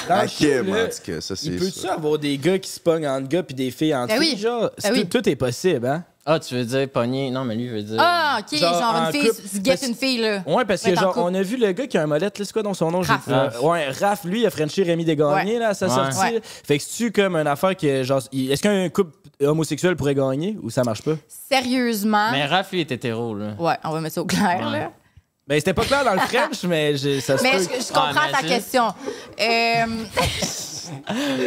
D: Dans
B: Ah,
D: le
B: Kim,
D: show, là,
B: en tout cas, ça,
D: il
B: c'est
D: peut-tu
B: ça.
D: avoir des gars qui se pognent entre gars puis des filles entre
E: Ben oui.
D: filles? Genre, c'est-
E: Ben oui.
D: tout est possible, hein?
C: ah, tu veux dire pogné? Non, mais lui, il veut dire...
E: Ah, ok, genre,
D: Genre, en
E: une fille,
D: couple,
E: tu guettes
D: parce-
E: une fille, là.
D: Ouais, parce
E: Ouais,
D: que
E: t'es en
D: genre,
E: couple.
D: on a vu le gars qui a un molette, là, c'est quoi donc son nom? j'ai-
E: Raph.
D: Euh, ouais, Raph, lui, il a Frenché Rémi Desgagnés, là, à sa
C: Ouais.
D: sortie.
E: Ouais.
D: Fait que c'est-tu comme une affaire que, genre, il- est-ce qu'un couple homosexuel pourrait gagner ou ça marche pas?
E: Sérieusement.
C: Mais Raph, lui, est hétéro, là.
E: Ouais, on va mettre ça au clair,
C: Ouais.
E: là.
D: Ben, c'était pas clair dans le French, mais j'ai- ça se
E: Mais
D: peut.
E: je, je comprends
C: Ah, mais
E: ta
C: c'est-
E: question. Euh,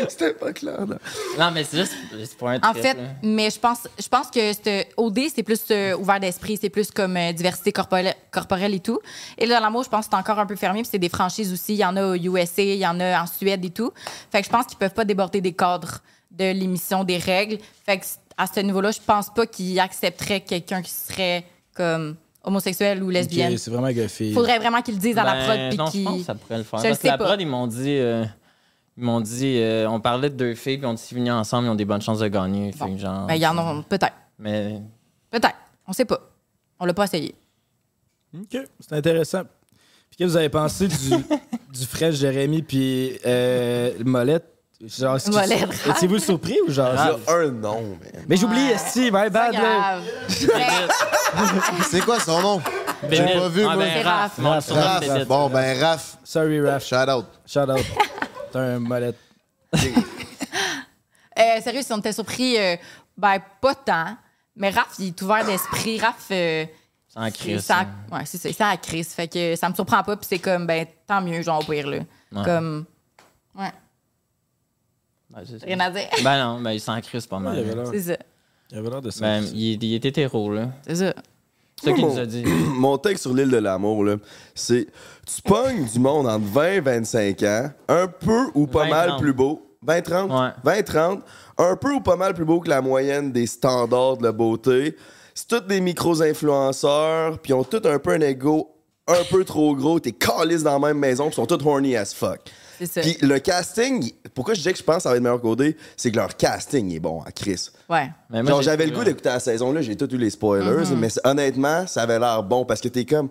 B: C'était pas clair, non?
C: Non, mais c'est juste c'est pour un trip,
E: en fait,
C: là.
E: mais je pense, je pense que c'est, euh, OD, c'est plus euh, ouvert d'esprit, c'est plus comme euh, diversité corporelle, corporelle et tout. Et là, dans l'amour, je pense que c'est encore un peu fermé, puis c'est des franchises aussi. Il y en a aux USA, il y en a en Suède et tout. Fait que je pense qu'ils peuvent pas déborder des cadres de l'émission, des règles. Fait que c- à ce niveau-là, je pense pas qu'ils accepteraient quelqu'un qui serait comme homosexuel ou
D: Ok,
E: lesbienne.
D: c'est vraiment goffé.
E: Faudrait vraiment qu'ils le disent à la prod,
C: Ben,
E: puis
C: non, je
E: qu'ils-
C: pense que ça pourrait le faire.
E: Je
C: Parce
E: le
C: que
E: sais
C: la
E: pas.
C: prod, ils m'ont dit... euh, Ils m'ont dit... euh, on parlait de deux filles, puis on s'est venus ensemble, ils ont des bonnes chances de gagner. Fait
E: Bon.
C: que genre...
E: Ben, il y en a peut-être.
C: Mais...
E: Peut-être. On sait pas. On l'a pas essayé.
D: Ok, c'est intéressant. Puis qu'est-ce que vous avez pensé du, du French Jérémy puis euh, Molette? Genre, est-ce que-
E: Molette,
D: Étiez-vous surpris ou genre.
H: Ah,
B: Il y a un nom, mais.
D: Mais j'oublie, Esti, my bad. là.
E: Grave. Ben,
H: C'est quoi son nom?
C: J'ai
H: pas vu, moi.
C: ben,
E: C'est
C: Raph,
E: Raph.
C: mon
D: Raph.
C: surnom, c'est
H: Raph.
C: Raph.
H: Bon, ben, Raph,
D: Sorry, Raph.
H: shout out.
D: Shout out. T'as un Molette.
E: euh, sérieux, si on était surpris, euh, ben, pas tant. Mais Raph, il est ouvert d'esprit. Raph, euh,
C: C'est en
E: c'est
C: crise.
E: ça.
C: hein.
E: Ouais, c'est ça. C'est à crise. Fait que ça me surprend pas. Puis c'est comme, ben, tant mieux, genre, au pire, là. Comme, ouais,
C: Ouais, c'est ça.
E: rien à dire.
C: Ben non, ben il s'en crisse pas mal. là.
E: C'est ça.
D: Il avait l'air de ça.
C: Ben, il, il est hétéro, là.
E: C'est ça.
C: C'est ça qu'il
B: Mon-
C: nous a dit.
B: Mon texte sur l'île de l'amour, là, c'est tu pognes du monde entre 20 et 25 ans, un peu ou pas
C: 20,
B: mal
C: 30.
B: plus beau. 20, 30?
C: Ouais.
B: 20, 30. Un peu ou pas mal plus beau que la moyenne des standards de la beauté. C'est tous des micro-influenceurs, puis ils ont tous un peu un ego un peu trop gros. T'es calisse dans la même maison, puis ils sont tous horny as fuck.
E: C'est ça.
B: Puis le casting, il- pourquoi je dis que je pense que ça va être meilleur codé, c'est que leur casting est bon à Chris.
E: Ouais.
C: Mais Ben, moi,
B: Genre,
C: j'ai- euh,
B: j'avais le goût d'écouter la saison là, j'ai tout eu les spoilers,
E: Mm-hmm.
B: mais c'est- honnêtement, ça avait l'air bon parce que t'es comme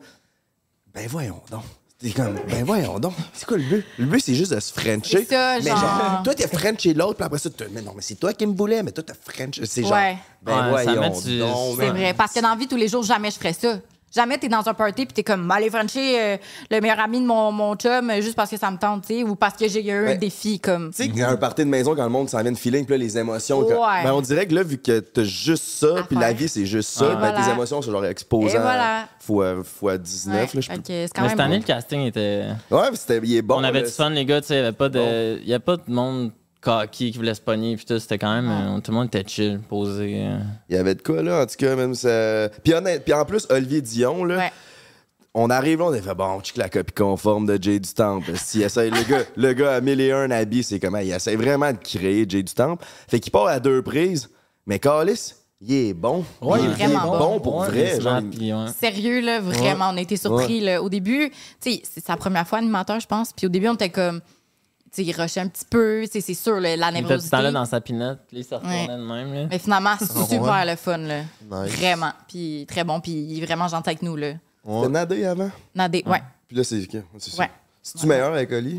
B: ben voyons donc. T'es comme ben voyons donc. C'est quoi le but Le but c'est juste de se frencher.
E: C'est ça,
B: mais
E: genre.
B: toi t'es frenché l'autre, puis après ça t'as- mais non, mais c'est toi qui me boulais, mais toi t'as frenché, c'est genre
E: Ouais.
B: ben
C: Ouais, ça
B: voyons
C: met du-
B: donc.
E: C'est
B: man.
E: vrai. Parce que dans la vie, tous les jours, jamais je ferais ça. Jamais t'es dans un party puis t'es comme allez Frenchie euh, le meilleur ami de mon, mon chum euh, juste parce que ça me tente, tu sais, ou parce que j'ai eu un
B: Ouais.
E: défi comme.
B: Tu sais, qu'il y a un party de maison quand le monde s'en vient de feeling, puis là, les émotions. que-
E: Ouais.
B: Ben, on dirait que là, vu que t'as juste ça, puis la
E: Affaire.
B: vie, c'est juste ça,
E: Et
B: ben, tes
E: voilà.
B: émotions sont genre exposées
E: Et voilà.
B: à- fois, fois 19.
E: Ouais.
B: là, je
E: Fait
B: peux-
E: que c'est quand
C: Mais
E: même
C: cette année, le casting était.
B: Ouais, mais c'était, il est bon.
C: on avait
B: là.
C: du fun, les gars, tu sais. Il n'y avait pas de. Il y a pas de monde cocky qui voulait se pogner, puis tout. C'était quand même. euh, tout le monde était chill, posé. euh.
B: Il y avait de quoi, là, en tout cas, même ça. Puis, honnête- puis en plus, Olivier Dion, là.
E: Ouais.
B: On arrive là, on a fait bon, check la copie conforme de Jay du Temple. S'il essaie, le, gars, le gars a 1001 habits, c'est comment? Il essaie vraiment de créer Jay du Temple. Fait qu'il part à deux prises, mais Calis, il est bon.
D: Ouais,
E: il est vraiment
B: bon. pour
D: Ouais,
B: vrai.
C: Smart,
B: genre,
C: puis ouais.
E: Sérieux, là, vraiment, on a été surpris. Là, au début, tu sais, c'est sa première fois animateur, je pense. Puis au début, on était comme, tu sais, il rushait un petit peu, tu sais, c'est sûr, là, la
C: Il était tout le temps là
E: nervosité.
C: dans sa pinette, puis il se retournait
E: Ouais.
C: de même, là.
E: Mais finalement, c'est super le fun, là.
H: Nice.
E: Vraiment. Puis très bon, puis il est vraiment gentil avec nous, là.
B: C'était Nadé avant.
E: Nadé, ouais.
B: Puis là, c'est. c'est ça.
E: Ouais.
B: C'est-tu meilleur avec Oli?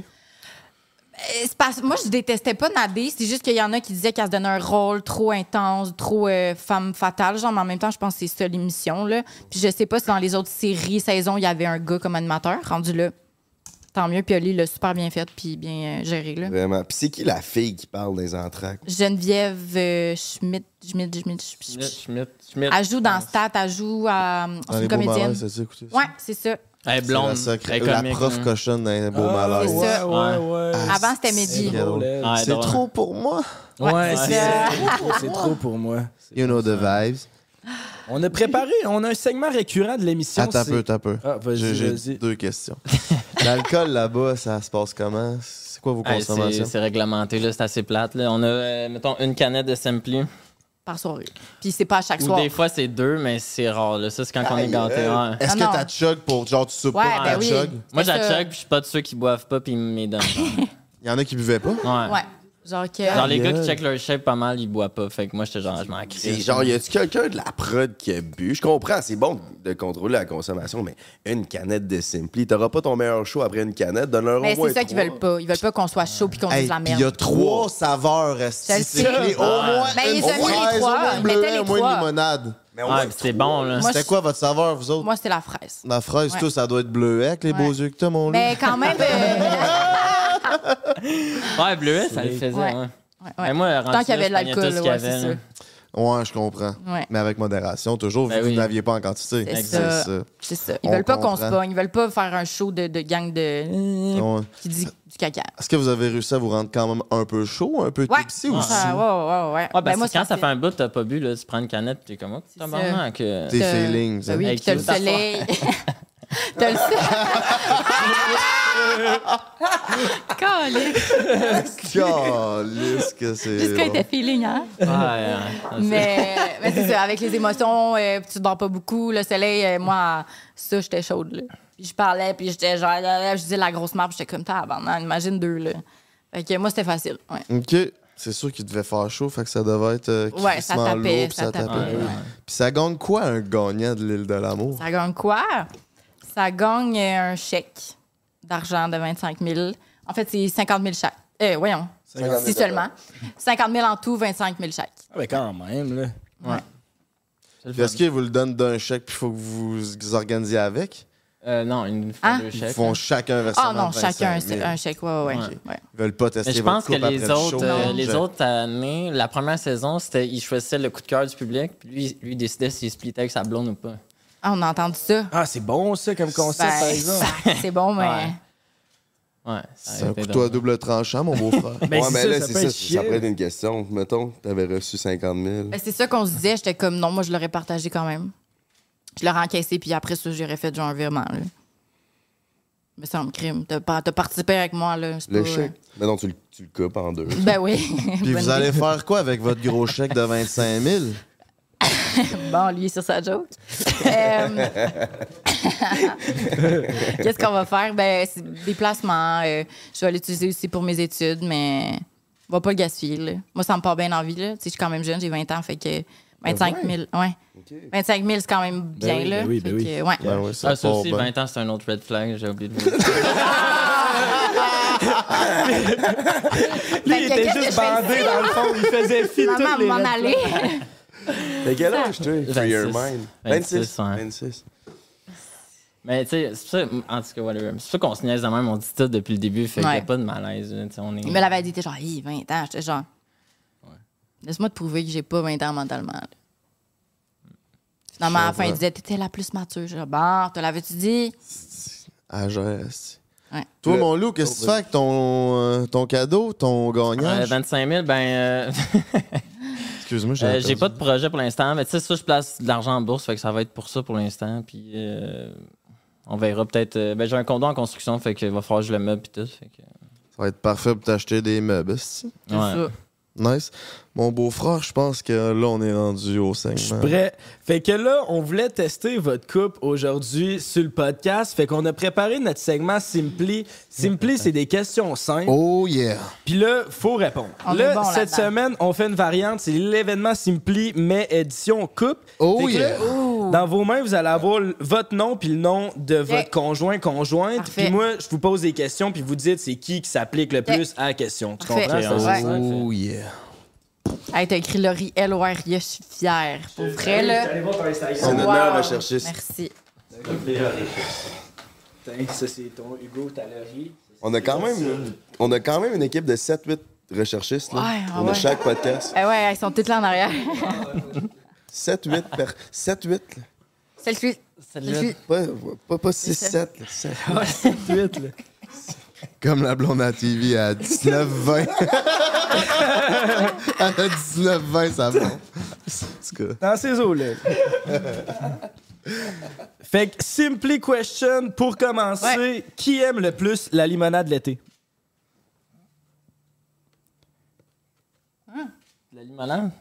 E: Euh, c'est parce- Moi, je détestais pas Nadé. C'est juste qu'il y en a qui disaient qu'elle se donnait un rôle trop intense, trop euh, femme fatale. Genre, mais en même temps, je pense que c'est ça l'émission. Là. Puis je sais pas si dans les autres séries, saisons, il y avait un gars comme animateur rendu là. Tant mieux. Puis Oli l'a super bien fait puis bien euh, géré. Là.
B: Vraiment. Puis c'est qui la fille qui parle des entraques?
E: Geneviève euh, Schmidt, Schmidt, Schmidt, Schmidt,
C: Schmidt,
E: Schmidt.
C: Schmidt, Schmidt.
E: Elle joue dans Stat, elle joue à.
H: Dans
E: c'est
H: les
E: une
H: beaux
E: comédienne.
H: malaises, ça, tu écoutez ça?
E: Ouais, c'est ça.
C: Elle est
H: C'est
C: blonde.
H: la, secré-
C: elle est
H: la
C: comique,
H: prof
C: hein.
H: cochonne d'un beau
D: Ah,
H: malheur. Ah,
E: C'est
D: ouais,
E: ça.
D: ouais, ouais.
E: Avant, c'était
D: C'est
E: Mehdi.
D: drôle, elle.
C: Ah, elle est
H: C'est
C: drôle.
H: trop pour moi.
D: Ouais,
C: c'est
D: c'est trop- c'est trop pour moi.
H: You know the vibes.
D: On a préparé, on a un segment récurrent de l'émission.
H: Attends un
D: c'est-
H: peu, attends un peu.
D: Ah, vas-y,
H: J'ai- J'ai
D: vas-y.
H: deux questions. L'alcool là-bas, ça se passe comment? C'est quoi vos
C: Hey, c'est
H: consommations?
C: c'est réglementé, là, c'est assez plate. là. On a, euh, mettons, une canette de Simply.
E: par soirée. Puis c'est pas à chaque
C: Ou
E: soir.
C: des fois, c'est deux, mais c'est rare. Là. Ça, c'est quand on est gâté. ouais.
H: Est-ce que
E: Ah, non.
H: t'as chug pour genre tu soupes
E: Ouais, ben
H: pas, t'as
E: oui.
H: chug?
C: Moi,
E: C'est ça.
C: j'achète, puis je suis pas de ceux qui boivent pas, puis ils me donnent.
H: Il y en a qui buvaient pas.
C: Ouais.
E: Ouais. Genre que.
C: Genre, les
H: Aïe,
C: gars qui
H: aïe.
C: checkent leur shape pas mal, ils boivent pas. Fait que moi, j'étais genre, je m'en
B: C'est
C: crisse.
B: genre, y a-tu quelqu'un de la prod qui a bu? Je comprends, c'est bon de contrôler la consommation, mais une canette de Simply, t'auras pas ton meilleur show après une canette, donne-leur au
E: mais
B: moins
E: c'est ça qu'ils
B: trois.
E: veulent pas. Ils veulent pas qu'on soit chaud puis qu'on dise
H: Hey,
E: de la
H: puis il y a
E: merde.
H: trois saveurs à
E: Je le sais.
H: Au moins
E: Ben,
H: une
E: ils ont mis les
H: fraise, au
E: trois.
H: moins
E: Ils
H: une
E: mettaient les
H: bleue, au moins
E: trois.
H: une limonade.
B: Mais au
C: Ah,
B: moins
C: puis c'est
B: trois.
C: bon, là.
E: Moi,
H: C'était
E: je-
H: quoi votre saveur, vous autres?
E: Moi, c'est la fraise.
H: La fraise,
E: Ouais.
H: tout, ça doit être bleuet avec les
E: Ouais.
H: beaux yeux que t'as, mon loup.
E: Mais quand même. euh,
C: Ouais, bleuet, ça le faisait.
E: Ouais.
C: Ouais.
E: ouais, ouais.
C: Mais moi, rendu
E: Tant qu'il y
C: là,
E: avait de
C: je
E: l'alcool,
C: prenais tout ce qu'il
E: ouais,
C: y avait,
E: c'est sûr.
C: là.
H: Ouais, je comprends.
E: Ouais.
H: Mais avec modération, toujours,
C: Ben
H: vu que
C: oui.
H: vous n'aviez pas en quantité.
E: C'est
H: C'est
E: ça.
H: ça.
E: C'est ça. Ils
H: On
E: veulent pas qu'on se
H: comprend.
E: pogne. Ils veulent pas faire un show de, de gang de.
H: Ouais.
E: qui dit du caca.
H: Est-ce que vous avez réussi à vous rendre quand même un peu chaud, un peu
E: Ouais.
H: tipsy aussi?
E: Ah, ouais, ouais, ouais.
C: Ouais, parce
E: Ben, moi,
C: que quand
E: c'est-
C: ça fait un bout que t'as pas bu, là, tu prends une canette, t'es comme, oh, tabarnak. euh. que.
H: Tes
E: t'as-
H: feelings.
E: Ben oui,
C: hein.
E: puis t'as le
C: Avec nous,
E: soleil. T'as le soleil. Calique.
H: Calisse que c'est.
E: Jusqu'à
H: bon.
E: t'as feeling, hein?
C: Ouais, ouais.
E: Mais, mais c'est ça, avec les émotions, euh, tu dors pas beaucoup, le soleil, euh, moi, ça, j'étais chaude, là. Puis je parlais, puis j'étais genre, là, là, je disais la grosse marbre, j'étais comme ça avant, imagine deux, là. Fait que moi, c'était facile, ouais.
H: OK. C'est sûr qu'il devait faire chaud, fait que ça devait être euh,
E: Ouais, ça
H: crissement
E: tapait,
H: lourd, puis
E: ça tapait, ouais.
H: Puis ça gagne quoi, un gagnant de l'île de l'amour?
E: Ça gagne quoi? Ça gagne euh, un chèque d'argent de 25 000. En fait, c'est 50 000 chaque. Euh, voyons, si seulement. 50 000 en tout, 25 000 chaque.
D: Ah, ben quand même, là.
H: Puis est-ce qu'ils vous le donnent d'un chèque, puis il faut que vous vous organisiez avec?
C: Euh, non, une fois
E: Hein?
C: deux
H: Ils
C: chèques.
H: font chacun un versement
E: Ah non,
H: de 25
E: chacun un,
H: 000.
E: un chèque, ouais, ouais, ouais.
C: Ok.
E: ouais.
H: Ils veulent pas
C: Mais
H: tester
C: je
H: votre
C: pense que
H: couple après
C: les
H: le show.
C: autres, euh,
H: Non.
C: les autres années, la première saison, c'était il choisissait le coup de cœur du public, puis lui, lui décidait s'il splitait avec sa blonde ou pas.
E: Ah, on a entendu ça.
D: Ah, c'est bon, ça, comme concept, par
E: Ben,
D: exemple.
E: sac, c'est bon, mais.
C: Ouais. Ouais. ça
H: C'est
C: a
H: un
C: été
H: couteau à
C: drôle.
H: double tranchant, mon beau-frère.
B: ouais,
D: Ben, c'est
B: mais
D: ça,
B: là,
D: ça
B: c'est
D: peut
B: ça,
D: être
B: ça, ça
D: chill.
B: pourrait être une question. Mettons, t'avais reçu 50 000.
E: Ben, c'est ça qu'on se disait. J'étais comme, non, moi, je l'aurais partagé quand même. Je l'aurais encaissé, puis après ça, j'aurais fait genre un virement. Là. Mais c'est un crime. T'as, par- t'as participé avec moi, là. c'est
B: Le
E: pas-
B: chèque. Mais non, tu le, tu le coupes en deux.
E: Ben oui.
H: Puis
E: Bonne
H: vous allez faire quoi avec votre gros chèque de 25 000?
E: idée. Bon, lui, sur sa joke. Euh, Qu'est-ce qu'on va faire? Ben, c'est des placements. euh, je vais l'utiliser aussi pour mes études, mais on va pas le gaspiller, là. Moi, ça me part bien envie, là. Tu sais, je suis quand même jeune, j'ai 20 ans, fait
D: Ben
E: que 25 000. Ouais. 25 000, c'est quand même bien,
D: oui, ben
E: là.
D: oui, ben
E: Fait
D: oui.
E: que, ouais.
H: Ben oui, ça
C: Ah, ça
H: part
C: aussi,
H: bien.
C: 20 ans, c'est un autre red flag, j'ai oublié de vous le dire.
D: Lui,
E: Fait
D: il
E: que
D: était
E: qu'est-ce que
D: juste
E: je fais
D: bandé, dans le fond. Il faisait fi de
E: Maman,
D: toutes les
E: m'en
D: règles.
E: aller.
B: T'as quel âge, toi? Free your mind. 26.
C: 26, ouais.
B: 26.
C: Mais tu sais, c'est pour ça, en tout cas, whatever. C'est ça qu'on se niaise de même, on dit ça depuis le début, fait qu'il n'y
E: Ouais.
C: a pas de malaise. là, tu sais, on est...
E: Il me l'avait dit, t'es genre, hey, 20 ans. J'étais genre, laisse-moi te prouver que j'ai pas 20 ans mentalement. là. Finalement, à la fin, il disait, t'étais la plus mature. J'étais genre, bon, te l'avais-tu dit?
H: Ah, j'aurais- si.
E: Ouais.
H: Toi,
B: Le-
H: mon loup, qu'est-ce que tu fais avec ton, euh, ton cadeau, ton gagnant?
C: Euh, 25 000, ben, euh,
H: Excuse-moi, j'ai
C: euh, j'ai pas de projet pour l'instant, mais tu sais, ça, je place de l'argent en bourse, fait que ça va être pour ça pour l'instant. Puis euh, on verra peut-être. euh, ben, j'ai un condo en construction, fait qu'il va falloir que je le meuble puis tout. Fait que,
H: Ça va être parfait pour t'acheter des meubles. esti.
E: C'est
C: ouais.
E: ça.
H: Nice. Mon beau-frère, je pense que là, on est rendu au segment.
D: Prêt. Fait que là, on voulait tester votre coupe aujourd'hui sur le podcast. Fait qu'on a préparé notre segment Simply. Simply, c'est des questions simples.
H: Oh yeah!
D: Puis là, faut répondre.
E: On est
D: là,
E: bon
D: cette
E: là-dedans.
D: semaine, on fait une variante. C'est l'événement Simply, mais édition coupe.
H: Oh
D: Fait que
H: yeah.
D: là, Dans vos mains, vous allez avoir l- votre nom puis le nom de votre
E: Yeah.
D: conjoint, conjointe.
E: Parfait.
D: Puis moi, je vous pose des questions puis vous dites c'est qui qui s'applique le plus à la question. Tu
E: Parfait.
D: comprends?
E: Ok,
D: C'est
E: ouais.
D: ça.
H: Oh yeah!
E: Hey, t'as écrit Laurie l o r je suis fière. Pour vrai, là.
B: C'est notre
E: Wow.
B: meilleur recherchiste.
E: Merci.
D: Ça, c'est ton Hugo Talory.
B: On a quand même, on a quand même une équipe de 7-8 recherchistes. là.
E: Ouais, ah
B: on a
E: ouais.
B: chaque podcast.
E: Eh ouais, ils sont toutes là en arrière.
B: 7-8 per... 7-8. là.
E: Celle-ci.
C: Celle-là.
B: Pas, pas, pas 6, 7, 7.
H: Comme la blonde à TV à 19-20. à 19-20, ça va. En tout cas,
D: Dans ces eaux-là. fait que, simply question pour commencer. Qui aime le plus la limonade l'été?
C: La limonade?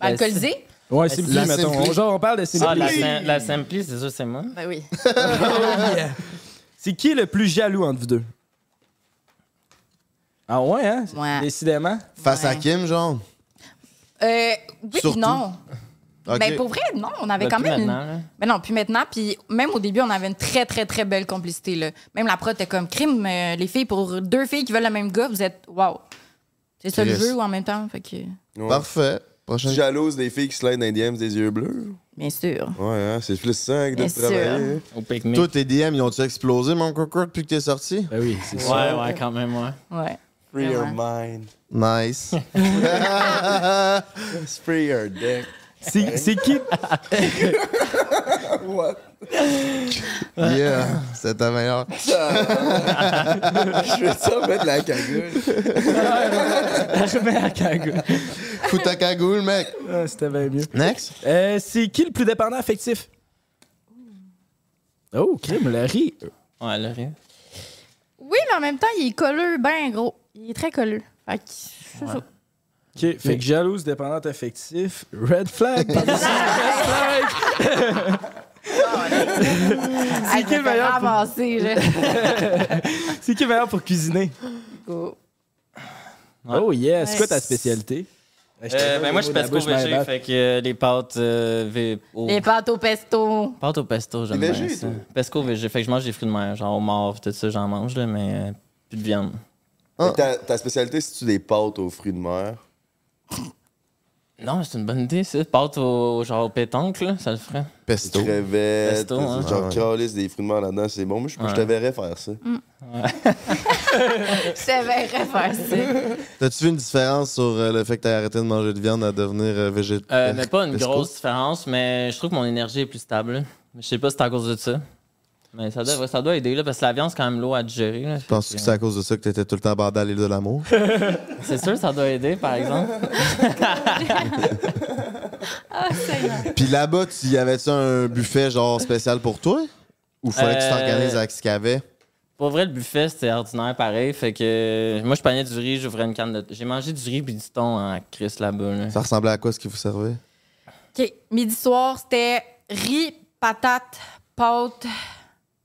E: Alcoolisé?
D: Ouais,
C: Simply,
D: simply,
H: mettons.
D: mettons. Genre, on parle de simply.
C: Ah, la, Sim- la Simply, c'est sûr, c'est moi.
E: Ben oui.
D: C'est qui le plus jaloux entre vous deux? Ah ouais, hein?
E: Ouais.
D: Décidément.
H: face à
E: Ouais.
H: Kim, genre.
E: Euh, oui, puis
H: Surtout.
E: non.
H: Ok.
E: Ben pour vrai, non, on avait
C: Bah,
E: quand
C: plus
E: même.
C: maintenant, là.
E: Une... Ben non, puis maintenant, puis même au début, on avait une très, très, très belle complicité. Là. Même la prod était comme crime, euh, les filles, pour deux filles qui veulent le même gars, vous êtes waouh. C'est ça le
H: Chris.
E: jeu ou en même temps, fait que.
H: Parfait.
B: Je
H: Prochain.
B: suis jalouse des filles qui se lèvent dans les DMs des yeux bleus.
E: Bien sûr.
B: Ouais, hein, c'est plus ça que de
E: Bien sûr. hein.
B: travailler.
C: Au pique-nique.
H: Tous tes DM, ils ont-tu explosé, mon coco, depuis que t'es sorti?
D: Ben oui, c'est
C: Ouais, ouais, quand même, ouais.
E: Ouais.
B: Free your
E: Vraiment.
B: mind.
H: Nice.
B: Free your dick.
D: C'est c'est qui?
H: yeah, c'est ta meilleure.
B: Je vais ça mettre la cagoule.
D: Armel Akago.
H: Fous ta cagoule, mec.
D: Ah, C'était bien mieux.
H: Next.
D: Euh, c'est qui le plus dépendant affectif? Oh, crime, Larry.
C: Ouais, le rire.
E: Oui, mais en même temps, il est colleux, ben gros. Il est très colleux. Fait que. c'est ça.
D: OK, fait que jalouse, dépendante affectif, red flag. par-dessus red flag.
E: Ah, je
D: qui le
E: vais
D: meilleur
E: faire
D: pour-
E: avancer, là.
D: C'est qui est meilleur pour cuisiner?
E: Go.
D: Oh yeah, c'est
E: Ouais.
D: quoi ta spécialité?
C: Euh, ben moi, je suis
D: pas
C: pas trop végé, fait que euh, les pâtes euh, vé- au...
E: Les pâtes au pesto.
C: Pâtes au pesto, j'aime
B: T'es
C: bien
B: végé,
C: ça.
B: toi?
C: Pesco végé, fait que je mange des fruits de mer, genre mort, tout ça, j'en mange, là, mais euh, plus de viande.
B: Fait que Ta, ta spécialité, c'est-tu des pâtes aux fruits de mer?
C: Non, c'est une bonne idée, ça. Pâtes au, genre au pétanque, là, ça le ferait.
H: Pesto.
B: Crevettes, euh,
C: Pesto, hein.
B: genre
H: Ah ouais.
B: calice des fruits de mer là-dedans, c'est bon. Moi, je, je te
C: Ouais.
B: verrais faire ça.
E: Je te verrais faire ça.
H: T'as-tu vu une différence sur euh, le fait que t'as arrêté de manger de viande à devenir euh, végé-
C: Euh, mais pas une
H: pesco?
C: grosse différence, mais je trouve que mon énergie est plus stable. là. Je sais pas si c'est à cause de ça. Mais ça doit, ça doit aider, là, parce que la viande, c'est quand même lourd à digérer. là.
H: Je pense que c'est à cause de ça que t'étais tout le temps bardé à l'île de l'amour.
C: C'est sûr, ça doit aider, par exemple.
H: Puis là-bas, tu y avait-tu un buffet genre spécial pour toi? Ou fallait que tu
C: Euh,
H: t'organises avec ce qu'il y avait?
C: Pour vrai, le buffet, c'était ordinaire pareil. Fait que moi, je prenais du riz, j'ouvrais une canne de. J'ai mangé du riz puis du thon en crise là-bas. là.
H: Ça ressemblait à quoi ce qui vous servait?
E: OK. Midi soir, c'était riz, patate, pâtes.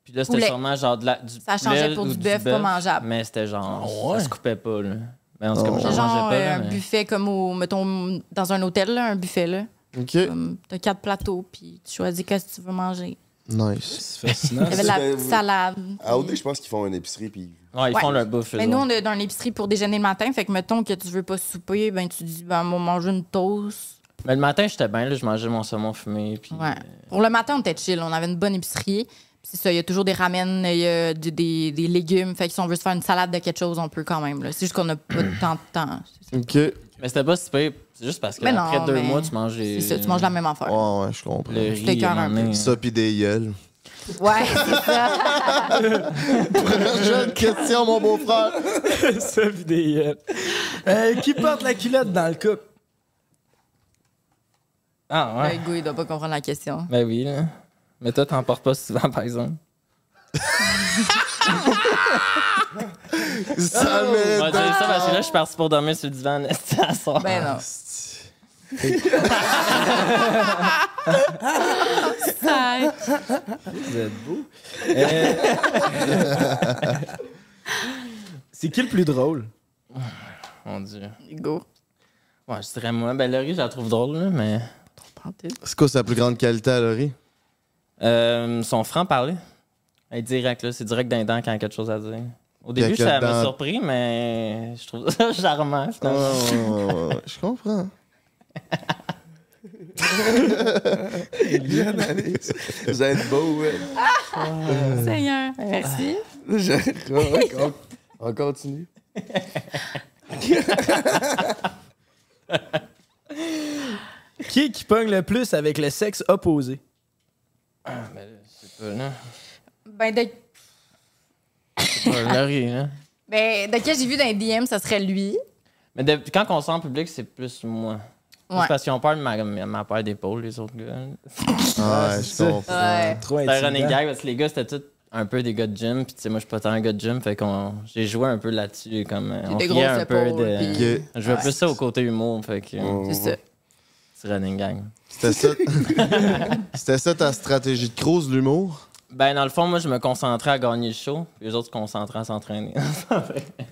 C: Puis là, c'était
E: Poulet.
C: sûrement genre de la, du
E: Ça changeait
C: poulet
E: pour
C: ou
E: du bœuf pas mangeable.
C: Mais c'était genre.
D: Ah ouais? Oh.
C: Ça se coupait pas, là. Mais en tout cas, moi, j'en
E: C'est genre
C: mangeais pas.
E: euh,
C: là,
E: un
C: mais-
E: buffet comme au, mettons, dans un hôtel, là, un buffet, là.
H: OK.
E: Comme, t'as quatre plateaux, puis tu choisis qu'est-ce que tu veux manger.
H: Nice.
D: Ah, C'est fascinant.
E: Il y avait de la
B: c'est-
E: petite salade.
B: À OD, je pense qu'ils font une épicerie, puis
C: Ouais, ils
E: Ouais.
C: font leur bouffe.
E: Mais
C: eux
E: nous,
C: autres.
E: on est dans l'épicerie pour déjeuner le matin, fait que mettons que tu veux pas souper, ben tu dis, ben, on va manger une toast.
C: Mais le matin, j'étais bien, là. Je mangeais mon saumon fumé. Puis,
E: Ouais. Pour le matin, on était chill. On avait une bonne épicerie. Puis C'est ça, il y a toujours des ramen, il y a des, des- des légumes. Fait que si on veut se faire une salade de quelque chose, on peut quand même. là. C'est juste qu'on n'a pas tant de temps. C'est ça.
H: OK. Ouais,
C: Mais c'était pas si pire. C'est juste parce que
E: Mais non,
C: après deux
E: mais-
C: mois, tu manges.
E: C'est ça, tu manges la même affaire.
H: ouais, je comprends.
C: le riz.
E: C'était cœur
C: à un
E: un
C: moment donné.
H: Ça pis des gueules.
E: Ouais, c'est ça.
H: Prochaine question, mon beau-frère.
D: Ça, puis des, euh, euh, qui porte la culotte dans le couple?
C: Ah
E: Le
C: ouais.
E: gars, il doit pas comprendre la question.
C: Ben oui, là. Mais toi, t'en portes pas souvent, par exemple.
H: Ça le
C: On va
H: mérite.
C: dire ça parce que Ah, là, je
E: Ah.
C: suis parti pour dormir sur le divan esti, à soir.
E: Ben non. Sac.
D: Vous êtes beau. Euh, C'est qui le plus drôle?
C: Mon Dieu.
E: Go.
C: Ouais, je dirais moi. Ben, Laurie, je la trouve drôle, là, mais.
H: C'est quoi sa plus grande qualité à Laurie?
C: Euh, son franc-parler. Elle est direct, là. C'est direct dans les dents quand elle a quelque chose à dire. Au début,
H: Quelques
C: ça m'a
H: dents.
C: surpris, mais je trouve ça charmant,
H: Ouais,
C: finalement.
H: ouais, ouais, ouais, ouais, Je comprends.
B: bien aller. Vous êtes beau, ouais.
E: Seigneur. Merci.
B: Je- on, on continue.
D: Qui est qui pogne le plus avec le sexe opposé?
C: Euh, Là.
E: Ben, de,
C: Laurie, là.
E: ben, de que j'ai vu dans les DM, ça serait lui.
C: Mais de- quand on sort en public, c'est plus moi.
E: Ouais.
C: C'est parce qu'ils ont peur de ma, ma paire d'épaule, les autres gars.
H: Ah, ouais, je comprends.
E: Ouais.
D: Trop
C: C'était un
D: intimidant.
C: running gag parce que les gars, c'était tous un peu des gars de gym. Puis, tu sais, moi, je suis pas tant un gars de gym. Fait qu'on j'ai joué un peu là-dessus. Comme, euh, on
E: des
C: riait
E: grosses
C: un peu
E: épaules,
C: de.
E: puis-
H: Ok,
C: Je veux plus ça au côté humour. Fait que. euh,
E: C'est ça.
C: Petit running gag.
H: C'était ça. C'était ça ta stratégie de cruise, l'humour?
C: Ben, dans le fond, moi, je me concentrais à gagner le show. Puis, les autres se concentraient à s'entraîner.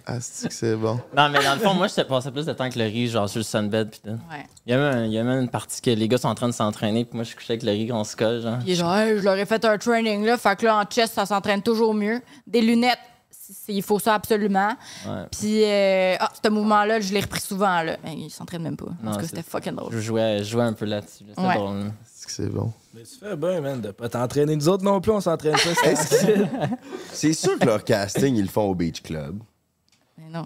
H: Ah, c'est que c'est bon.
C: non, mais dans le fond, moi, je passais plus de temps que le riz, genre sur le sunbed. Puis, tout.
E: Ouais.
C: il y a même, il y a même une partie que les gars sont en train de s'entraîner. Puis, moi, je couchais avec le riz, on se colle, genre.
E: Il est genre, Hey, je leur ai fait un training, là. Fait que là, en chest, ça s'entraîne toujours mieux. Des lunettes, c- c- il faut ça absolument.
C: Ouais.
E: Puis, euh, ah, ce mouvement-là, je l'ai repris souvent, là. Ben, il s'entraîne même pas. En
C: Non,
E: tout cas,
C: c'est-
E: c'était fucking drôle.
C: Je jouais, je jouais un peu là-dessus. là. C'était
E: Ouais.
C: drôle. là.
H: C'est que c'est bon.
D: Mais tu fais bien, man, de pas t'entraîner. Nous autres non plus, on s'entraîne pas. c'est-
B: C'est sûr que leur casting, ils le font au Beach Club.
E: Mais non.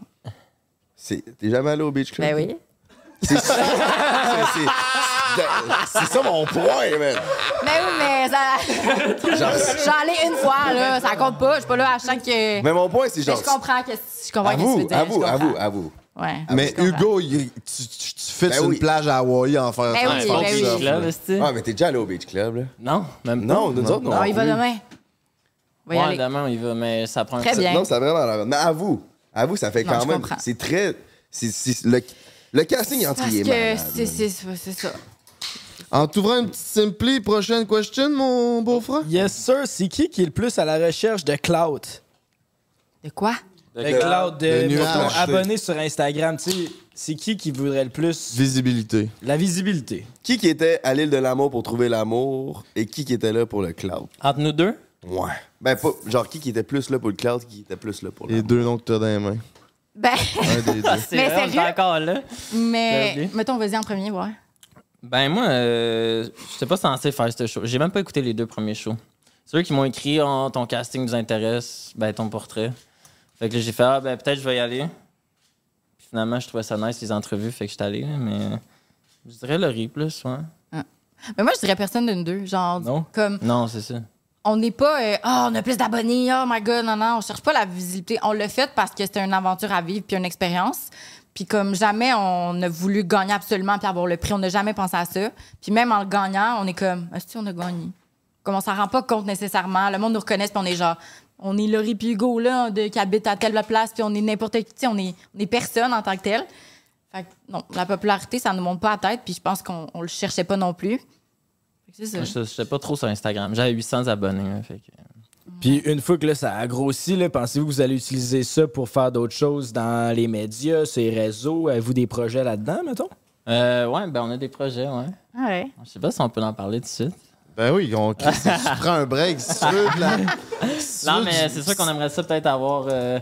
B: C'est- T'es jamais allé au Beach Club?
E: Ben oui.
B: C'est sûr. C'est- c'est- c'est ça mon point, man.
E: Mais oui, mais ça.
B: Genre,
E: J'en allais une fois, là. Ça compte pas. Je suis pas là à chaque. euh,
B: mais mon point, c'est
E: Mais
B: genre.
E: je comprends que je comprends qu'est-ce
B: Avoue,
E: que tu veux dire. je
B: avoue,
E: comprends.
B: avoue, avoue.
E: Ouais.
H: Mais
E: je comprends.
H: Hugo, il- tu, tu, tu fais
B: Ben
H: sur
B: oui.
H: une plage à Hawaï en faire
E: Ben oui,
H: tu penses
E: ben
H: ça.
E: oui.
C: Là, là, c'est-
B: Ah, mais t'es déjà allé au Beach Club, là?
C: Non, même pas.
B: Non, nous autres, non.
E: Non, il va
B: plus.
E: demain. On va y
C: Ouais,
E: aller.
C: demain, on y va, mais ça prend un
E: Très
C: petit-
E: bien.
B: Non, ça a vraiment la Mais avoue, avoue, ça fait
E: Non,
B: quand
E: je
B: même.
E: comprends.
B: C'est très. c'est- c'est- le, le casting, entre
E: Parce
B: il est
E: que
B: malade,
E: c'est-
B: man.
E: c'est c'est ça.
H: En t'ouvrant une petite simply, prochaine question, mon beau-frère?
D: Yes, sir. C'est qui qui est le plus à la recherche de clout?
E: De quoi?
D: Le clout de,
H: Le nuage.
D: mettons, abonné sur Instagram. Tu sais, c'est qui qui voudrait le plus
H: Visibilité.
D: la visibilité?
B: Qui qui était à l'île de l'amour pour trouver l'amour et qui qui était là pour le cloud?
C: Entre nous deux?
B: Ouais. Ben, pas, genre, qui qui était plus là pour le cloud, qui était plus là pour
H: Les
B: l'amour?
H: deux noms que t'as dans les mains.
E: Ben,
H: Un des deux.
C: C'est
E: Mais
C: vrai, on
E: sérieux?
C: est encore là. T'as
E: mais
C: oublié?
E: mettons, vas-y en premier, ouais.
C: Ben moi, euh, j'étais pas censé faire ce show. J'ai même pas écouté les deux premiers shows. Ceux qui m'ont écrit oh, ton casting nous intéresse, ben ton portrait. Fait que là, j'ai fait ah ben peut-être je vais y aller. Puis finalement, je trouvais ça nice les entrevues, fait que j'étais allé, là, mais je dirais Laurie plus, ouais.
E: Mais moi, je dirais personne d'une deux. Genre,
D: Non.
E: comme,
C: Non, c'est ça.
E: on n'est pas, euh, Ah, on a plus d'abonnés, oh my god, non, non, on cherche pas la visibilité. On le fait parce que c'était une aventure à vivre puis une expérience. Puis comme jamais on a voulu gagner absolument puis avoir le prix, on n'a jamais pensé à ça. Puis même en le gagnant, on est comme, ah, si on a gagné. Comme on s'en rend pas compte nécessairement. Le monde nous reconnaît puis on est genre, on est Laurie puis Hugo, là, de, qui habite à telle place puis on est n'importe qui, tu sais, on est, on est personne en tant que tel. Fait que non, la popularité, ça nous monte pas à la tête puis je pense qu'on on le cherchait pas non plus. Fait que c'est ça.
C: Moi, J'étais j'étais pas trop sur Instagram. J'avais 800 abonnés, là, fait que...
D: Puis une fois que là, ça a grossi, là, pensez-vous que vous allez utiliser ça pour faire d'autres choses dans les médias, ces réseaux? Avez-vous des projets là-dedans, mettons?
C: Euh, ouais, ben on a des projets, ouais.
E: Ah ouais.
C: Je sais pas si on peut en parler tout de suite.
H: Ben oui, on, Chris, si tu prends un break, si tu veux. de la- si tu
C: Non,
H: veux
C: mais
H: du-
C: c'est sûr qu'on aimerait ça peut-être avoir euh,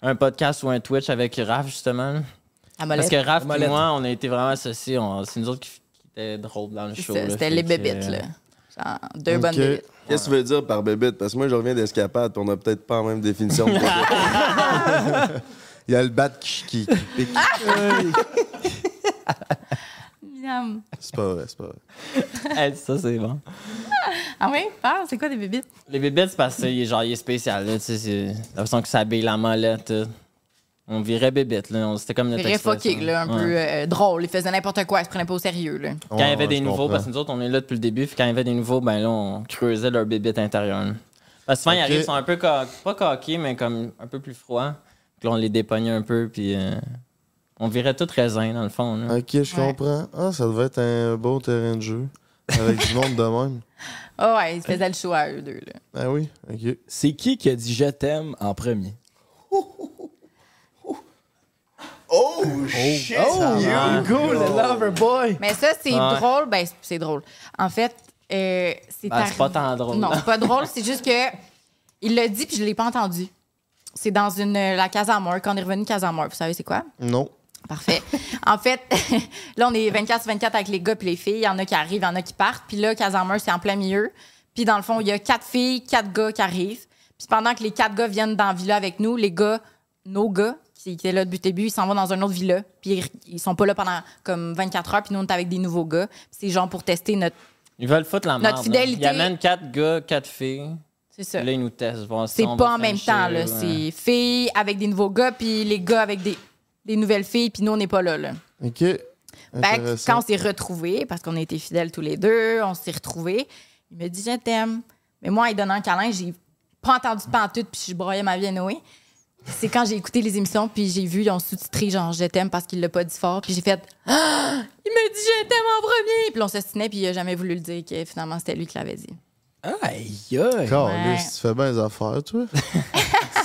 C: un podcast ou un Twitch avec Raph, justement.
E: À
C: Parce
E: Molette.
C: que Raph et
D: Molette.
C: moi, on a été vraiment associés. On- C'est nous autres qui, qui étaient drôles dans le show.
E: Ça,
C: là.
E: C'était
C: Fait
E: les
C: que,
E: bébites,
C: euh,
E: là. Genre, deux
H: Ok.
E: bonnes bébites.
B: Qu'est-ce que tu veux dire par bébête? Parce que moi, je reviens d'escapade, puis on a peut-être pas la même définition. de bébête.
H: Il y a le bat qui, qui- qui pique.
E: Miam.
H: C'est pas vrai, c'est pas vrai.
C: euh, hey, ça, c'est bon.
E: Ah oui? Ah, c'est quoi des bébites?
C: Les bébites, c'est parce qu'il est, genre, il est spécial. Là, tu sais, c'est la façon que ça habille la molette. tout. On virait bébite. Là. On- C'était comme notre
E: Vrai
C: expression.
E: fucking, là, un
C: Ouais.
E: peu euh, drôle. Ils faisaient n'importe quoi, ils se prenaient pas au sérieux, là.
C: Quand il y avait
H: Ouais,
C: des
H: je
C: nouveaux,
H: comprends.
C: parce que nous autres, on est là depuis le début, puis quand il y avait des nouveaux, ben là, on creusait leur bébite intérieure. là. Parce que souvent, ils
H: Ok.
C: arrivent, ils sont un peu, ca- pas coqués, mais comme un peu plus froids. Puis là, on les dépognait un peu, puis euh, on virait tout raisin, dans le fond. là.
H: Ok, je
E: Ouais.
H: comprends. Ah, ça devait être un beau terrain de jeu. Avec du monde de même.
E: Ah ouais, ils se faisaient le show à eux deux, là.
H: Ah oui, ok.
D: C'est qui qui a dit je t'aime en premier?
B: oh, shit!
D: You go, le lover boy!
E: Mais ça, c'est
C: Ouais.
E: drôle. Ben, c'est- c'est drôle. En fait, euh, c'est
C: Ben, c'est pas tant drôle.
E: Non, c'est pas drôle. C'est juste que il l'a dit, puis je l'ai pas entendu. C'est dans une, euh, la Casa Amor, quand on est revenu de Casa Amor. Vous savez, c'est quoi?
H: Non.
E: Parfait. En fait, là, on est 24 sur 24 avec les gars puis les filles. Il y en a qui arrivent, il y en a qui partent. Puis là, Casameur, c'est en plein milieu. Puis dans le fond, il y a quatre filles, quatre gars qui arrivent. Puis pendant que les quatre gars viennent dans la villa avec nous, les gars, nos gars, qui étaient là depuis le début, ils s'en vont dans un autre villa. Puis ils- ils sont pas là pendant comme 24 heures. Puis nous, on est avec des nouveaux gars. Puis c'est genre pour tester notre
C: Ils veulent foutre la merde.
E: Notre
C: là.
E: fidélité-
C: Ils amènent quatre gars, quatre filles.
E: C'est ça.
C: Là, ils nous testent. voir si
E: C'est
C: on va
E: pas en même
C: frencher,
E: temps, là.
C: ouais.
E: C'est filles avec des nouveaux gars, puis les gars avec des, des nouvelles filles, puis nous, on n'est pas là, là.
H: OK.
E: Fait que
H: Intéressant.
E: quand on s'est retrouvés, parce qu'on a été fidèles tous les deux, on s'est retrouvés, il me dit « je t'aime ». Mais moi, il donne un câlin, j'ai pas entendu pantoute, puis je broyais ma vie à Noé. C'est quand j'ai écouté les émissions, puis j'ai vu, ils ont sous-titré genre « je t'aime » parce qu'il l'a pas dit fort, puis j'ai fait Ah! Il me dit « je t'aime » en premier! Puis on s'estinait, puis il a jamais voulu le dire que finalement, c'était lui qui l'avait dit.
D: Aïe, aïe.
H: Caliste, tu fais bien les affaires, toi.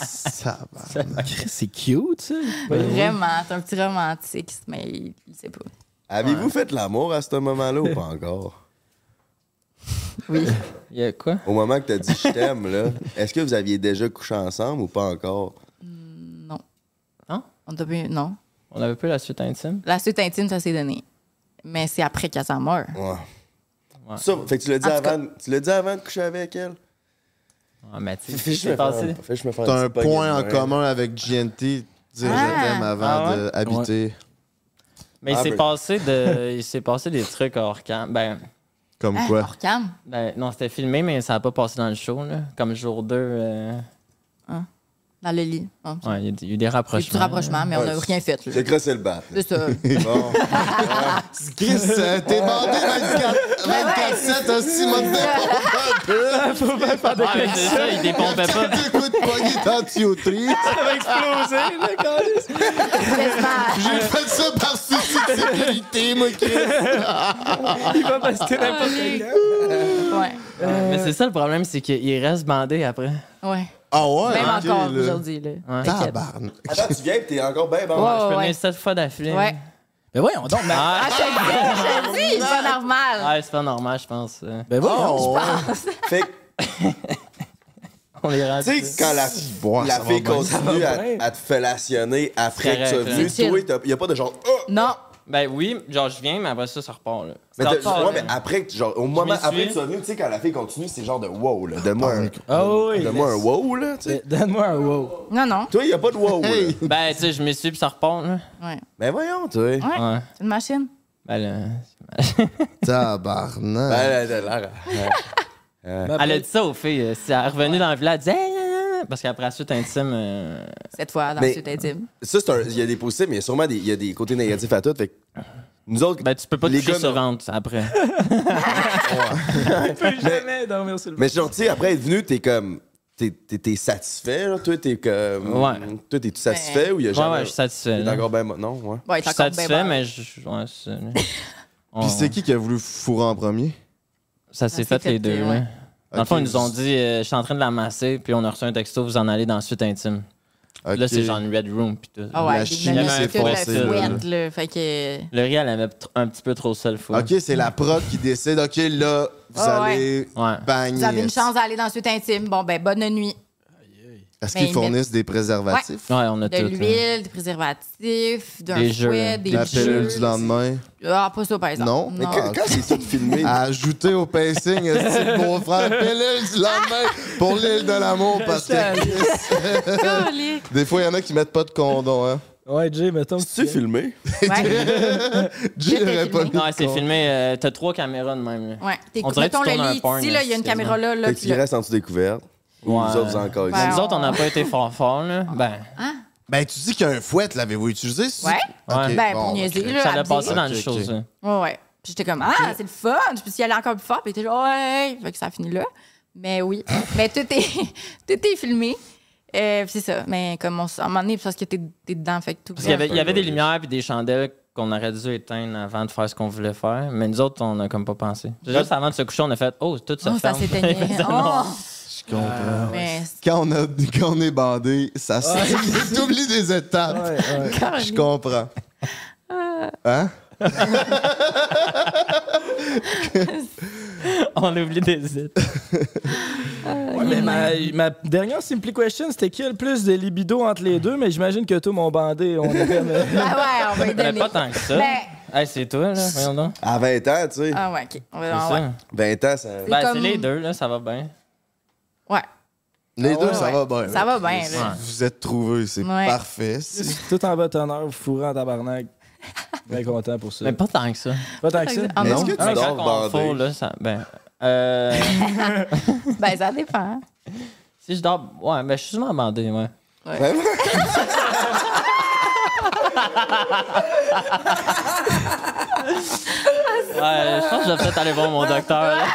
H: ça va.
D: C'est cute, ça.
E: Vraiment, c'est un petit romantique, mais il, il sait pas.
B: Avez-vous fait l'amour à ce moment-là ou pas encore?
C: Il y a quoi?
B: Au moment que t'as dit je t'aime, là, est-ce que vous aviez déjà couché ensemble ou pas encore?
E: Non.
C: Non?
E: On t'a pas- Non.
C: On avait peu la suite intime.
E: La suite intime, ça s'est donné. Mais c'est après qu'elle s'en meurt.
B: Ouais.
C: Ouais.
B: Ça, fait que tu l'as dit,
E: En tout cas-
B: avant- tu l'as dit avant de coucher avec elle?
C: Ah, mais tu
B: Fais
C: sais, ce qui
B: juste me
C: s'est
B: faire
C: passé.
B: un- fais juste me faire
H: T'as un
B: petit poignet
H: point
B: de
H: en
B: main.
H: commun avec GNT, dire je
E: Ah.
H: t'aime avant
C: Ah ouais?
H: d'habiter.
C: Mais il
B: Ah,
C: s'est
B: ben.
C: passé de, il s'est passé des trucs hors camp. Ben,
H: Comme
E: Hein,
H: quoi?
E: hors cam?
C: ben, non, c'était filmé, mais ça n'a pas passé dans le show, là. Comme jour euh, 2,
E: Dans le lit. Hein.
C: ouais, il y a des- il y a eu des
E: J'ai eu
C: rapprochements.
E: du rapprochement, mais on n'a
B: Ouais.
E: rien fait. là.
B: J'ai crossé le bat. là.
E: C'est ça.
B: Bon.
H: Chris, euh, t'es bandé 24 24-7 aussi, mode de
C: Ah, mais c'est ça, il dépompait pas.
H: Deux coups de poignée dans le tuyauterie.
E: Quasiment.
H: J'ai fait ça par souci de sécurité, moi, Chris.
E: ouais.
C: Ouais, Mais c'est ça le problème, c'est qu'il reste bandé après.
E: Ouais.
H: Ah ouais?
E: Même
H: ok,
E: encore Oh,
H: là.
E: aujourd'hui. là.
C: Ouais.
H: Tabarn.
B: Attends, tu viens et t'es encore bien bon.
E: Ouais,
C: Je peux
E: ouais,
C: venir sept fois d'affilée.
E: ouais. Ouais.
D: Mais voyons donc, mais-
C: Ah,
E: Je te dis, c'est pas normal.
C: ah, c'est pas normal, je pense. euh.
D: ben voyons.
H: Oh, ouais.
B: Fait que,
C: On est rendu.
B: tu sais, quand la,
H: Ouais,
B: la
H: ça va
B: fille
H: bien.
B: continue à,
D: bien.
B: à te fellationner après que
C: correct,
B: tu as
C: là.
B: venu,
E: C'est
B: toi,
E: chill.
B: il n'y a pas de genre. Ah!
E: Non.
C: Ben oui, genre je viens, mais après ça, ça repart. Là.
B: Mais
C: Ça
B: t'as-
C: repart,
B: ouais,
C: là.
B: mais après, que- genre, au moment
C: suis.
B: après que tu sois venu, tu sais, quand la fille continue, c'est genre de wow, là. Donne-moi un,
D: Ah oui,
B: donne-moi un
D: laisse-
B: wow, là, tu sais.
D: Euh, Donne-moi un wow.
E: Non, non.
B: Toi, il n'y a pas de wow, là.
H: Hey.
C: Ben, tu sais, je me suis puis ça repart. Là.
E: Ouais.
B: Mais voyons, toi.
E: Ouais.
C: Ouais.
E: C'est une machine.
C: Ben, là,
H: Tabarnak.
B: Ben, elle a l'air
C: elle a dit ça aux filles. euh, Si elle est revenue dans le village, elle disait. Hey, là, là. Parce qu'après la suite intime. euh,
E: Cette fois, dans
B: Mais-
E: le suite intime.
B: Ça, c'est un- il y a des positifs, mais il y a sûrement des, il y a des côtés négatifs à tout. Fait que nous autres,
C: Ben, tu peux pas te
B: Les
C: toucher
B: gars,
C: sur
B: non.
C: ventre après.
D: Jamais dormir sur le
B: mais genre, tu sais, après être venu, t'es comme. T'es, t'es, t'es satisfait, là. Toi, t'es comme.
C: Ouais.
B: Toi, t'es-tu satisfait ou il y a
C: Ouais,
B: jamais.
C: ouais, je suis satisfait.
B: T'es
C: là.
B: encore ben. mo- Non, ouais.
E: Bon, il
C: Je
E: est
C: suis
E: encore bien
C: satisfait,
E: bon.
C: mais je. Ouais, c'est ça, là. On-
H: Puis c'est qui qui a voulu fourrer en premier?
C: Ça s'est
E: Ça
C: fait,
E: s'est
C: les
E: fait,
C: deux,
E: euh,
C: là.
E: ouais.
C: Dans le fond,
H: Ok.
C: ils nous ont dit euh, Je suis en train de la masser, puis on a reçu un texto, vous en allez dans la suite intime. Puis Là,
H: Ok.
C: c'est genre une Red Room, puis tout.
E: Ah ouais,
H: La
E: des
H: chimie
E: nanas
C: s'est
E: toutes
C: forcée,
E: la
H: là,
E: fouette, là. Fait que. euh,
C: Le riz, elle avait tr- un petit peu trop seul, fois.
H: OK, c'est la prod qui décide. OK, là, vous
E: Ah ouais.
H: allez
C: Ouais.
H: bagner.
E: Vous avez une chance d'aller dans le suite intime. Bon, ben, bonne nuit.
H: Est-ce
E: Mais
H: qu'ils
E: ils
H: fournissent des préservatifs?
C: Ouais, on a
E: De
C: tout. là.
E: l'huile, des préservatifs, d'un
C: hein. Des
E: fouet,
C: jeux, là.
E: des
H: La
E: jeux.
H: pilule du lendemain?
E: Ah, pas ça, par exemple.
H: Non.
B: Mais que- quand c'est tout filmé,
H: à ajouter au pacing est-ce que mon frère Pellel du lendemain pour l'île de l'amour parce que
E: Colique.
H: des fois il y en a qui mettent pas de condom hein.
D: Ouais, Jay, mettons. que
B: c'est
D: tu-
B: filmé.
E: Ouais,
H: J'ai
E: C'était
H: aurait pas
E: filmé.
H: mis de
C: Non, c'est
H: condom.
C: filmé. euh, T'as trois caméras de même. là.
E: ouais. T'es-
C: On dirait que
E: mettons
C: tu tournes un
E: le lit
C: porn,
E: ici, là, il y a une
C: excuse-moi.
E: caméra là. là
B: Fait
E: puis
B: qu'il
E: là.
B: reste en dessous découverte. Ou
C: Ouais.
B: vous autres, vous encore ici.
E: Ouais.
C: Nous autres, on n'a pas été fort fort,
H: Ah.
C: là. Ben,
E: Ah,
H: Ben tu dis qu'il y a un fouet l'avez-vous utilisé ça?
E: Ouais.
H: Ok,
E: Ben,
H: bon,
E: pour niaiser,
H: ok.
E: là.
C: ça l'a
E: abdé.
C: passé dans
H: Ok,
C: les
H: ok.
C: choses. là.
E: Ouais, ouais. Puis j'étais comme, ah, c'est le fun. Je peux y aller encore plus fort. Puis j'étais genre, ouais. Fait que ça finit là. Mais oui. Mais tout est, tout est filmé. Euh, puis c'est ça. Mais comme on, s- à un moment donné, parce que t'es t'es dedans, fait que tout.
C: Parce qu'il y avait, il y avait des lumières puis des chandelles qu'on aurait dû éteindre avant de faire ce qu'on voulait faire, mais nous autres, on n'a comme pas pensé. Juste avant de se coucher, on a fait Oh, tout se
E: Oh, ça
C: ferme.
E: s'éteignait.
C: Ça, non.
E: Oh,
H: Je comprends.
E: mais
H: Quand on, a, quand on est bandé, ça se... T'oublies des étapes. Je comprends. Hein?
C: on oublie des îles.
D: Ouais, mais ma, ma dernière simple question, c'était qui a le plus de libido entre les deux, mais j'imagine que tout mon bandé, on est comme. euh,
E: Ah ouais, on va y
C: Mais
E: donner.
C: pas tant que ça.
E: Ben-
C: Hey, c'est toi, là. Voyons donc.
B: À 20 ans, tu sais.
E: Ah ouais, OK. On va-
C: C'est
E: ouais.
C: ça.
B: vingt 20 ans, ça.
C: Ben,
E: comme-
C: c'est les deux, là, ça va bien.
E: Ouais.
H: Les deux,
E: Ah ouais,
H: ça
E: ouais.
H: va bien.
E: Ça va bien,
H: Vous-
E: là.
H: Vous êtes trouvés, c'est
E: Ouais.
H: parfait. C'est-
D: tout en votre honneur, vous fourrez en tabarnak. Bien content pour ça.
C: Mais pas tant que ça.
D: Pas tant que ça.
E: Ah
B: Mais
E: non?
B: est-ce que
C: Ah,
B: tu
C: mais
B: dors
C: quand on
B: bandé?
C: fourre, là, ça. Ben. euh,
E: Ben, ça dépend.
C: si je dors. Ouais, mais je suis souvent bandé, ouais. Ouais, je pense que je vais peut-être aller voir mon docteur. là.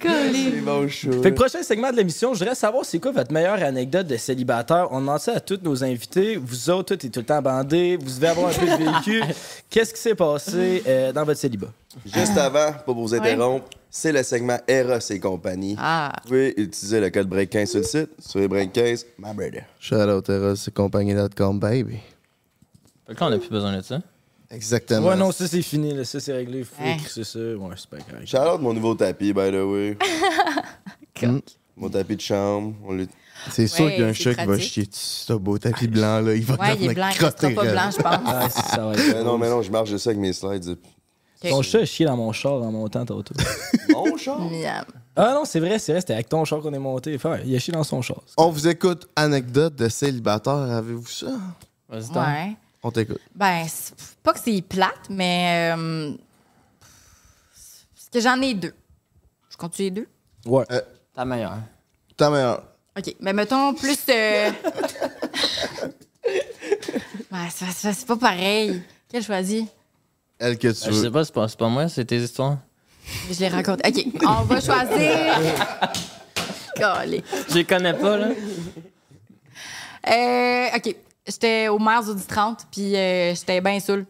E: Cool.
D: Fait que prochain segment de l'émission, je voudrais savoir c'est quoi votre meilleure anecdote de célibataire. On en sait à tous nos invités. Vous autres, tout est tout le temps bandé. Vous devez avoir un peu de vécu. Qu'est-ce qui s'est passé euh, dans votre célibat?
B: Juste
E: Ah.
B: avant, pour vous interrompre, c'est le segment Eros et compagnie.
E: Ah.
B: Vous pouvez utiliser le code BREAK15 sur le site. Sur les BREAK15, my brother.
H: Shout out Eros et compagnie.com, baby.
C: Fait que là, on n'a plus besoin de ça.
H: Exactement.
D: Ouais, non, ça c'est fini. là. Ça c'est réglé. Faut
E: Hein.
D: écrire ça. Ouais, c'est pas grave.
B: Shout out mon nouveau tapis, by the way. Mm. Mon tapis de chambre. On l'a-
H: C'est sûr
E: Ouais,
H: qu'il y a un
E: c'est
H: chat qui va
E: pratique.
H: chier dessus ce beau tapis blanc là. Il va
E: Ouais, il
H: devenir
E: est blanc. Il restera pas
H: crotté
E: blanc, je pense.
D: Ah, ça, ça va être
B: Mais Euh, non, mais non, je marche juste avec mes slides.
E: Ok.
D: Ton chat a chié dans mon char en montant tantôt.
B: Mon char?
E: Miam.
D: ah non, c'est vrai, c'est vrai, c'était avec ton char qu'on est monté. Enfin, il a chié dans son char.
H: On vous écoute anecdote de célibataire, avez-vous ça?
C: Vas-y, t'en-
E: Ouais.
H: On t'écoute.
E: Ben, c'est- pas que c'est plate, mais. euh, parce que j'en ai deux. Je compte les deux?
D: Ouais.
C: Ta meilleure.
H: Ta meilleure.
E: OK. Mais mettons plus. euh, ouais, c'est- c'est c'est pas pareil. Quel choisis?
H: Elle que tu
C: Ben, je
H: veux.
C: sais pas, c'est pas, c'est pas moi, c'est tes histoires.
E: Je les raconte. OK. On va choisir. Golly.
C: Je les connais pas, là.
E: Euh, OK. J'étais au maire au 30, puis euh, j'étais bien saoul.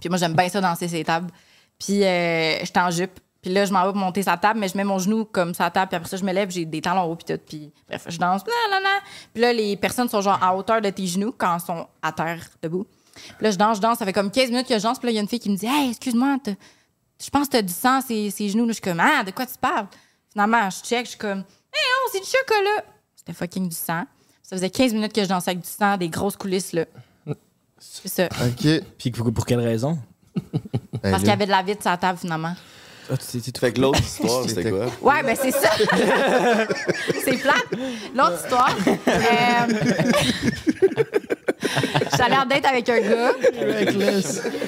E: Puis moi, j'aime bien ça danser ses tables. Puis euh, j'étais en jupe. Puis là, je m'en vais pour monter sa table, mais je mets mon genou comme sa table. Puis après ça, je me lève, j'ai des talons hauts, puis tout. Puis bref, je danse. Là, là, là. Puis là, les personnes sont genre à hauteur de tes genoux quand elles sont à terre, debout. Puis là, je danse, je danse. Ça fait comme 15 minutes que je danse. Puis là, il y a une fille qui me dit « Hey, excuse-moi, t'as- je pense que t'as du sang, ces, ces genoux. » Là, Je suis comme « Ah, de quoi tu parles? » Finalement, je check, je suis comme « Hey, oh, c'est du chocolat! » C'était fucking du sang. Ça faisait 15 minutes que je dansais avec du sang, des grosses coulisses, là. C'est ça.
H: Ok. Ben
D: Puis pour, pour quelle raison?
E: Parce
H: là,
E: qu'il y avait de la vie de sa table, finalement.
D: Ah, tu t'es- t'es-
B: Fait que l'autre
H: Oh,
B: histoire, c'était quoi?
E: Ouais, ben c'est ça. c'est plate. L'autre histoire. euh, J'allais en date avec un gars.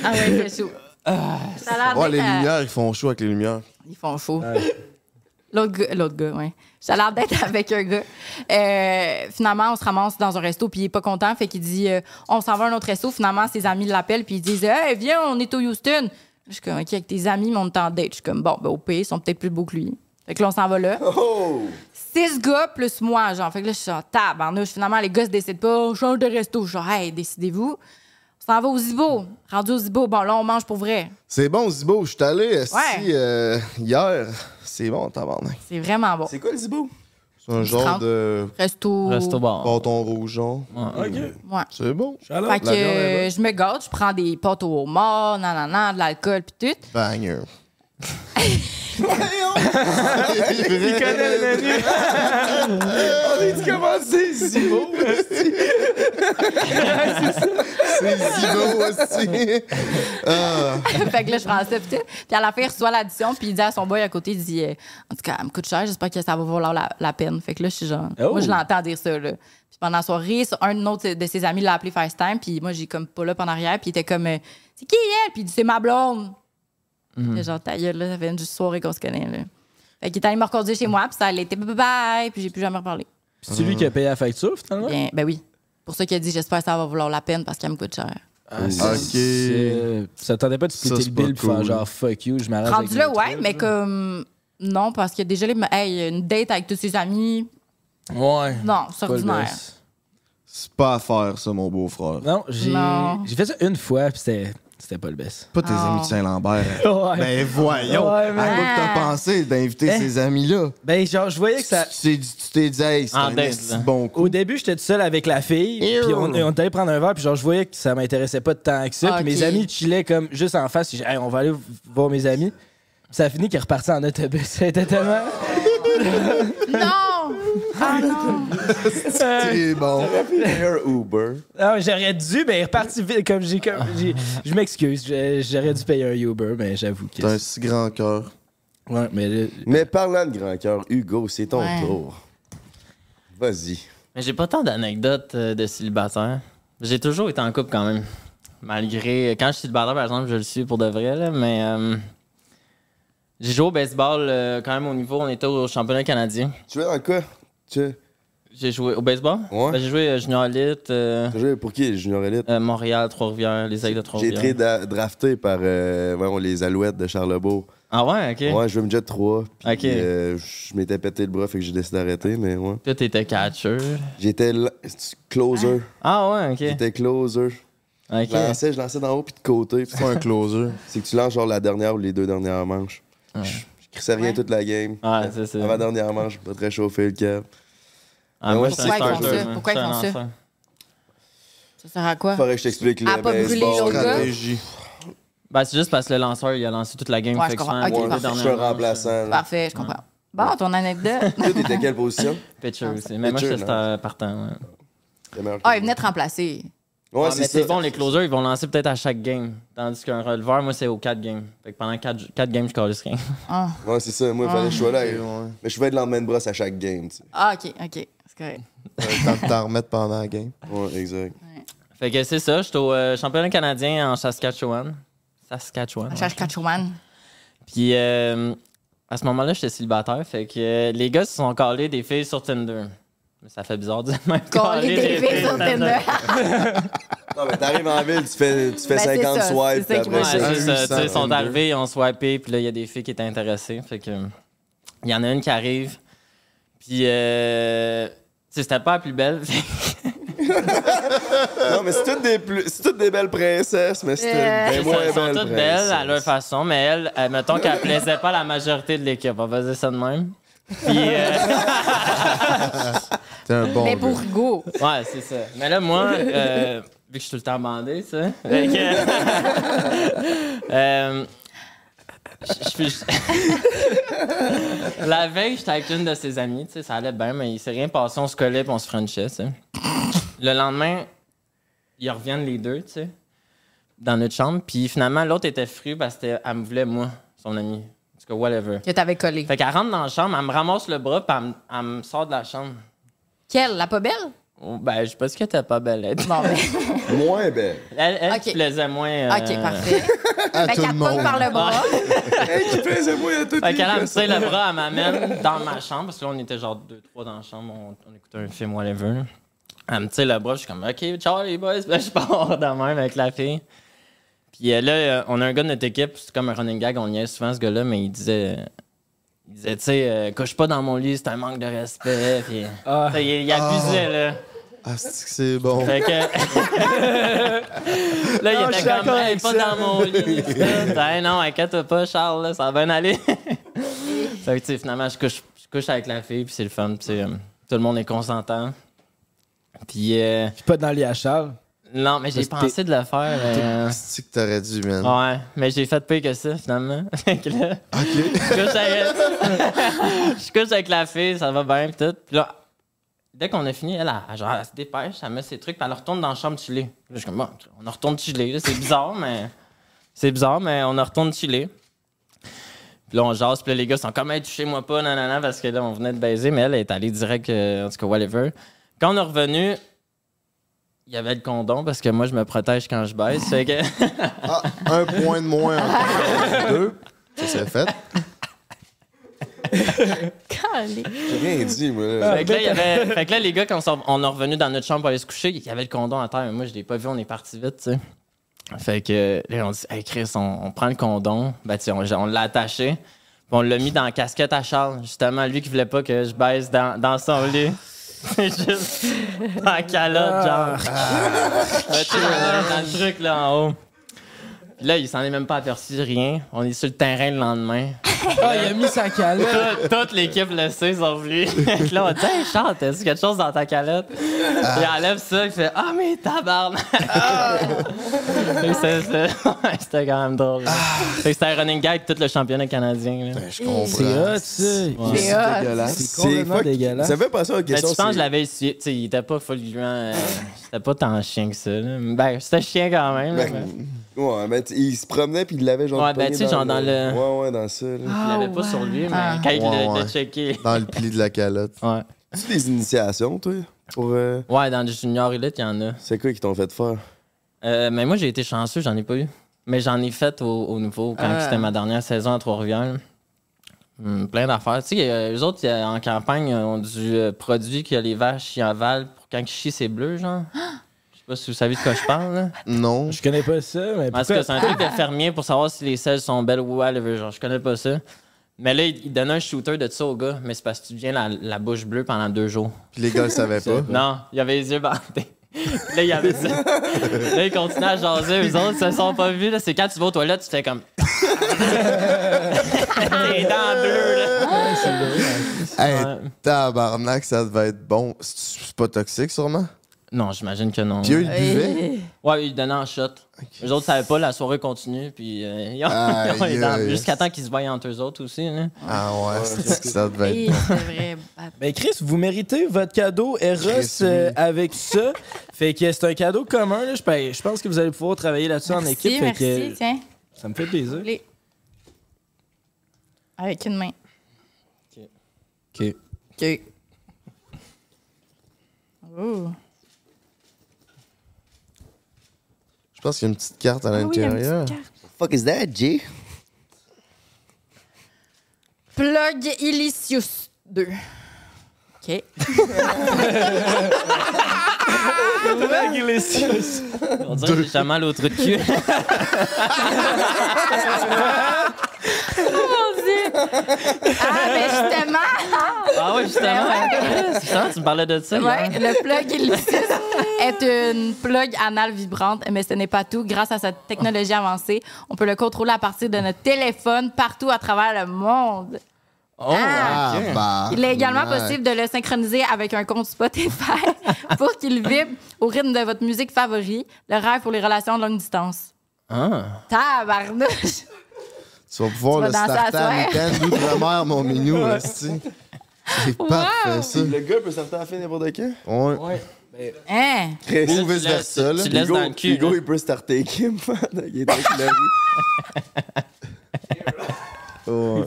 E: Ah ouais, c'est chaud. J'allais en
H: Oh,
E: date
H: les
E: à-
H: lumières, ils font chaud avec les lumières.
E: Ils font chaud. L'autre gars, l'autre gars, ouais. J'allais en date avec un gars. Euh, finalement, on se ramasse dans un resto, puis il est pas content. Fait qu'il dit, euh, on s'en va à un autre resto. Finalement, ses amis l'appellent, puis ils disent, hey, viens, on est au Houston. Je suis comme, OK, avec tes amis, mais on est en date. Je suis comme, bon, ben, au pays, ils sont peut-être plus beaux que lui. Fait que là, on s'en va là. Six gars plus moi, genre. Fait que là, je suis en tabarnouche. Finalement, les gars se décident pas, on change de resto. Je suis genre, hey, décidez-vous. On s'en va au Zibo. Rendu au Zibo, bon, là, on mange pour vrai.
H: C'est bon, Zibo, je suis allé
E: Ouais.
H: si, euh, hier. C'est bon, tabarnak.
E: C'est vraiment bon.
B: C'est quoi le zibo?
H: C'est un genre
E: trempe.
H: de
E: Resto.
C: Reste au bar.
H: bâton rouge, genre.
D: Ah, Ok.
E: Ouais.
H: C'est bon.
E: Fait que
H: la viande est
E: euh, je me gâte, je prends des potes au homard, nanana, de l'alcool, puis tout.
H: Banger.
B: Tu commences c'est zibo?
H: C'est Zibo aussi.
E: fait que là, je prends ça, puis tout. Puis à la fin, il reçoit l'addition, puis il dit à son boy à côté, il dit euh, En tout cas, elle me coûte cher, j'espère que ça va valoir la, la peine. Fait que là, je suis genre.
D: Oh.
E: Moi, je l'entends dire ça, là. Puis pendant la soirée, ça- un autre de ses amis l'a appelé FaceTime, puis moi, j'ai comme pas là pendant arrière, puis il était comme euh, C'est qui elle Puis il dit C'est ma blonde.
H: Mm-hmm.
E: J'étais Genre, ta gueule, là, ça fait une juste soirée qu'on se connaît, là. Fait qu'il est allé me reconduire chez moi, puis ça allait été bye bye, puis j'ai plus jamais reparlé.
D: C'est lui qui a payé la facture, finalement?
E: Bien, ben oui. Pour ça qu'il a dit J'espère que ça va valoir la peine parce qu'elle me coûte cher.
D: Ah, c'est-
H: Ok.
D: c'est- euh, Ça tentait pas de
H: Ça,
D: splitter
H: c'est
D: le
H: pas
D: bill pour faire
H: cool.
D: genre fuck you, je m'arrête.
E: Rendu là, ouais, mais comme. Non, parce que déjà, les... hey, une date avec tous ses amis.
D: Ouais.
E: Non, c'est
D: Pas le
E: ordinaire.
D: best.
H: C'est pas à faire, ça, mon beau-frère.
D: Non, j'ai
E: Non.
D: j'ai fait ça une fois, puis c'était c'était pas le best.
H: Pas tes
E: Ah.
H: amis de Saint-Lambert.
D: Ouais.
H: Ben voyons,
D: Ouais, mais-
H: à quoi que t'as
E: Ah.
H: pensé d'inviter
D: Eh.
H: ces amis-là?
D: Ben, genre, je voyais
H: Tu
D: que ça.
H: t'es dit- tu t'es dit, hey, c'est
C: En
H: un
C: date,
H: esti
C: là.
H: bon coup.
D: Au début, j'étais tout seul avec la fille, puis on, on est allé prendre un verre, puis genre, je voyais que ça m'intéressait pas tant que ça.
E: Ok.
D: Puis mes amis chillaient comme juste en face, puis j'ai dit, Hey, on va aller voir mes amis. Puis Ça a fini qu'ils repartaient en autobus. C'était tellement.
E: Non! Ah non!
H: C'est bon.
B: Air Uber.
D: Ah, j'aurais dû, mais il est reparti vite. Comme j'ai, comme j'ai- je m'excuse, j'ai- j'aurais dû payer un Uber, mais j'avoue que.
H: T'as un si grand cœur.
D: Ouais, mais là,
B: Mais parlant de grand cœur, Hugo, c'est ton
E: Ouais.
B: tour. Vas-y.
C: Mais j'ai pas tant d'anecdotes euh, de célibataire. J'ai toujours été en couple quand même. Malgré. Quand je suis célibataire, par exemple, je le suis pour de vrai, là, mais. euh, j'ai joué au baseball euh, quand même au niveau, on était au championnat canadien.
B: Tu veux dans quoi? Tu
C: J'ai joué au baseball?
B: Ouais.
C: Ben, j'ai joué euh, Junior Elite, euh,
B: as joué pour qui, Junior Elite?
C: euh, Montréal, Trois-Rivières, les Aigles de
B: J'ai
C: Trois-Rivières.
B: été da- drafté par euh, voyons, les Alouettes de Charlebourg.
C: Ah ouais, ok.
B: Ouais, je jouais me jet 3. Puis,
C: Ok.
B: euh, je m'étais pété le bras, fait que j'ai décidé d'arrêter, mais ouais.
C: Toi, t'étais catcher.
B: J'étais la- c'est-tu closer.
C: Ah ouais, ok.
B: J'étais closer.
C: Ok.
B: Je lançais, je lançais d'en haut puis de côté. Puis
H: C'est pas un closer.
B: C'est que tu lances genre la dernière ou les deux dernières manches. Je, je crissais rien
E: Ouais.
B: toute la game.
C: Ouais, Ah. c'est ça.
B: Avant la dernière manche, je pas très chauffé le cap.
C: Ah, moi, j'étais un
E: Pourquoi ils font
C: starter,
E: ça?
C: moi.
E: Pourquoi ils
C: J'étais un
E: font ça?
C: lanceur.
E: Ça sert à quoi?
B: Faudrait que je t'explique
E: À
B: le
E: pas brûler
B: baseball.
E: l'autre gars?
B: stratégie.
C: Ben, c'est juste parce que le lanceur, il a lancé toute la game.
E: Ouais,
C: fait
E: je
C: que
E: comprends.
C: souvent,
E: Ok,
C: les deux
B: Moi,
E: parfait.
B: je
C: dernières
B: suis un
C: manches,
B: remplaçant. là.
E: Parfait, je comprends. Bon, ton anecdote.
B: Toi, t'étais quelle position?
C: euh, Pitcher aussi. Mais moi,
B: Pitcher,
C: j'étais euh, partant. ouais.
B: T'es meilleur que
E: Ah,
B: moi.
E: il venait te remplacer.
B: Ouais,
C: Ah, mais
B: c'est
C: c'est
B: ça.
C: bon, les closers, ils vont lancer peut-être à chaque game. Tandis qu'un releveur, moi, c'est aux 4 games. Fait que pendant 4, games, je calisse rien.
E: Ah,
B: Ouais, c'est ça. Moi, il fallait que je sois là.
H: Ah, ouais.
B: Mais je pouvais être le lendemain de brosse à chaque game. tu sais.
E: Ah, OK, OK. C'est correct.
H: Tant que t'en remettre pendant la game.
B: Ouais, exact.
C: Fait que c'est ça, j'étais au euh, championnat canadien en Saskatchewan. Saskatchewan.
E: On
C: ouais.
E: cherche Catchwoman.
C: Puis euh, à ce moment-là, j'étais célibataire. Fait que euh, les gars se sont calés des filles sur Tinder. Mais ça fait bizarre de dire même
E: Qu'on
C: caler
E: des filles sur Tinder.
B: Non, mais t'arrives en ville, tu fais, tu fais
E: Ben, c'est
B: 50
E: ça,
B: swipes.
E: c'est ça
B: puis
E: qui
C: Ouais,
B: après
C: c'est
B: ça,
H: Ah,
C: ça,
H: oui,
C: tu sais,
H: ça,
C: ils sont
H: Tinder.
C: arrivés, ils ont swipé, puis là, il y a des filles qui étaient intéressées. Fait que. Il y en a une qui arrive. Puis, euh, tu sais, c'était pas la plus belle.
B: Non, mais c'est toutes des, plus- c'est toutes des belles princesses, mais c'est
E: Euh.
B: des
C: Elles
B: moins
C: sont-
B: belles
C: sont toutes belles à leur
B: princesses.
C: façon, mais elle, euh, mettons qu'elle plaisait pas la majorité de l'équipe. On va dire ça de même. Puis, euh,
H: T'es un bon
E: Mais
H: gars.
E: pour Hugo.
C: ouais, c'est ça. Mais là, moi, euh, vu que je suis tout le temps bandé, tu sais. fait que- euh, je- je suis- je- La veille, j'étais avec une de ses amies, tu sais, ça allait bien, mais il s'est rien passé, on se collait puis on se frenchait, tu sais. Le lendemain, ils reviennent les deux, tu sais, dans notre chambre, puis finalement, l'autre était fru parce qu'elle me voulait, moi, son amie. En tout cas, whatever.
E: Que t'avais collé.
C: Fait qu'elle rentre dans la chambre, elle me ramasse le bras, puis elle me- elle me sort de la chambre.
E: Quelle? La pas belle?
C: Oh, ben, je pense que t'es pas belle. Elle,
E: Bon, ben,
B: Moins belles.
C: elle, elle
E: Ok.
C: qui plaisait moins. euh,
E: OK, parfait.
H: À
E: Fait
H: tout le
E: qu'elle pogne
H: monde.
E: par le bras.
B: Hey, qui plaisait moi à toutes
C: Fait
B: les
C: qu'elle elle me
B: princesses.
C: tire le bras, elle m'amène dans ma chambre, parce que là, on était genre deux, trois dans la chambre, on, on écoutait un film, whatever. là. Elle me tire le bras, je suis comme, OK, ciao les boys, Ben, je pars de même avec la fille. Puis euh, là, euh, on a un gars de notre équipe, c'est comme un running gag, on liait souvent ce gars-là, mais il disait, il disait, tu sais, euh, couche pas dans mon lit, c'est un manque de respect. Puis, tu sais, il, il abusait, là.
H: Ah, c'est que c'est bon.
C: Fait que. là, il était comme, Hey, pas dans mon lit. tout. Hey, non, inquiète pas, Charles, là, ça va bien aller. fait que, tu sais, finalement, je couche, je couche avec la fille, puis c'est le fun, puis c'est, euh, tout le monde est consentant. Puis, euh,
D: Puis pas dans le lit à Charles.
C: non, mais j'ai
D: Parce que
C: pensé de le faire. euh,
H: C'est que t'aurais dû, man.
C: Ouais, mais j'ai fait pire que ça, finalement. Fait que là, je, couche avec, je couche avec la fille, ça va bien, pis tout. Puis là, dès qu'on a fini, elle, elle, genre, elle se dépêche, elle met ses trucs, puis elle retourne dans la chambre chiller. Là, je suis comme, bon, on en retourne chiller. là, C'est bizarre, mais. C'est bizarre, mais on en retourne chiller. Puis là, on jase, puis là, les gars sont comme, hey, touchez-moi pas, nanana, parce que là, on venait de baiser, mais elle est allée direct, euh, en tout cas, whatever. Quand on est revenu, il y avait le condom, parce que moi, je me protège quand je baise. Fait que.
H: Ah, un point de moins. un point de Deux. Ça, c'est fait.
E: Collé.
B: J'ai rien dit, moi. là.
C: Fait que, là, il y avait- fait que là, les gars, quand on s'en- on est revenu dans notre chambre pour aller se coucher, il y avait le condom à terre, mais moi, je l'ai pas vu, on est parti vite, tu sais. Fait que là, on dit, hey Chris, on, on prend le condom, ben, tu sais, on, on l'a attaché, puis on l'a mis dans la casquette à Charles, justement, lui qui voulait pas que je baisse dans, dans son lit. Juste en calotte, genre. Ben, tu sais, dans- dans le truc là en haut. Puis là, il s'en est même pas aperçu, rien. On est sur le terrain le lendemain.
D: Ah, il a mis sa calotte.
C: Tout- toute l'équipe le sait, sauf lui. Fait que là, on dit, hey, Charles, t'as-tu quelque chose dans ta calotte? Il enlève ça, il fait, ah, mais tabarnak! Fait que c'est- c'est- ouais, C'était quand même drôle. là. Fait que C'était un running gag tout le championnat canadien. là.
H: Je comprends.
D: C'est hot, ça.
E: C'est hot.
D: C'est complètement
B: fuck-
D: dégueulasse.
B: Ça me fait passer à une
C: Mais tu
B: question.
C: penses que je
B: c'est-
C: l'avais essuyé? Tu sais, il était pas fulgurant. euh, C'était pas tant chien que ça. là. Ben, c'était chien quand même. là, mais
B: Ben, ouais, mais tu- il se promenait puis il l'avait genre.
C: Ouais, ben,
B: pogné
C: tu sais, genre dans le-
B: Ouais, ouais, dans ça. là.
H: Ah.
C: Il l'avait pas sur lui, mais quand il
H: Ouais,
C: l'a-
H: ouais.
C: l'a checké.
H: Dans le pli de la calotte.
C: Ouais.
B: Tu des initiations, toi pour. euh,
C: Ouais, dans le junior élite, il y en a.
B: C'est quoi qui t'ont fait faire?
C: Euh, mais moi, j'ai été chanceux, j'en ai pas eu. Mais j'en ai fait au, au nouveau quand
E: Ah.
C: c'était ma dernière saison à Trois-Rivières. Hum, plein d'affaires. Tu sais, euh, eux autres, euh, en campagne, euh, ont du euh, produit que les vaches y avalent pour quand ils chient, c'est bleu, genre. Je sais pas si vous savez de quoi je parle. là.
H: Non.
D: Je connais pas ça, mais
C: Parce
D: pourquoi-
C: que c'est un truc de fermier pour savoir si les selles sont belles ou whatever. Genre, je connais pas ça. Mais là, il il donnait un shooter de ça au gars, mais c'est parce que tu deviens la, la bouche bleue pendant deux jours.
H: Puis les gars le savaient pas.
C: Non, il avait les yeux bandés. là, il avait ça. là, ils continuent à jaser. Eux autres, se sont pas vus. là. C'est quand tu vas aux toilettes, tu fais comme. Tes dents bleues, là.
H: Hey,
C: Ouais.
H: tabarnak, ça devait être bon. C'est c'est pas toxique, sûrement?
C: Non, j'imagine que non.
H: Puis eux, ils buvaient.
C: Ouais, ils donnaient en shot. Les autres savaient pas, la soirée continue, puis euh, ils ont,
H: Aïe,
C: ils ont les dents bleues.
H: aïe.
C: Jusqu'à temps qu'ils se voient entre eux autres aussi. Là.
H: Ah ouais, c'est- ça devait être
E: Et c'est vrai. Ah,
D: Ben Chris, vous méritez votre cadeau Eros
H: Chris, oui.
D: euh, avec ça. fait que c'est un cadeau commun. là. Je, ben, je pense que vous allez pouvoir travailler là-dessus en
E: Merci,
D: équipe.
E: merci.
D: fait que,
E: Tiens,
D: ça me fait plaisir.
E: les... Avec une main.
D: OK.
E: OK. Oh.
H: Je pense qu'il y a une petite carte à
E: Ah oui, il y a une petite
H: l'intérieur.
E: carte.
B: Fuck is that, Jay?
E: Plug Ilicious 2. OK.
C: On dirait que j'ai jamais mal au truc de cul.
E: Mon Dieu! Ah, mais justement!
C: Ah ouais, justement. Justement, tu me parlais de ça.
E: Ouais,
C: hier.
E: le plug Ilicious est une plug anale vibrante, mais ce n'est pas tout. Grâce à cette technologie avancée, on peut le contrôler à partir de notre téléphone partout à travers le monde.
C: Oh,
E: Ah.
C: ok.
H: bah.
E: Il est également
H: ouais.
E: possible de le synchroniser avec un compte Spotify pour qu'il vibre au rythme de votre musique favori, le rêve pour les relations de longue distance.
C: Ah.
E: Tabarnouche!
H: Tu vas pouvoir
E: Tu vas
H: le
E: danser à
H: starter à
E: soir.
H: l'intérieur d'outre-mer, mon minou, esti. C'est parfait, ça.
B: Le gars peut sortir à la fin n'importe quand?
H: Ouais.
E: Hein?
H: Ou
C: Tu laisses-
H: vice-versa, là.
C: tu laisses- Laisse
B: Hugo,
C: dans le cul,
B: Hugo,
C: là.
B: il peut starter Kim pendant qu'il est avec Laurie.
E: What?
H: Ouais.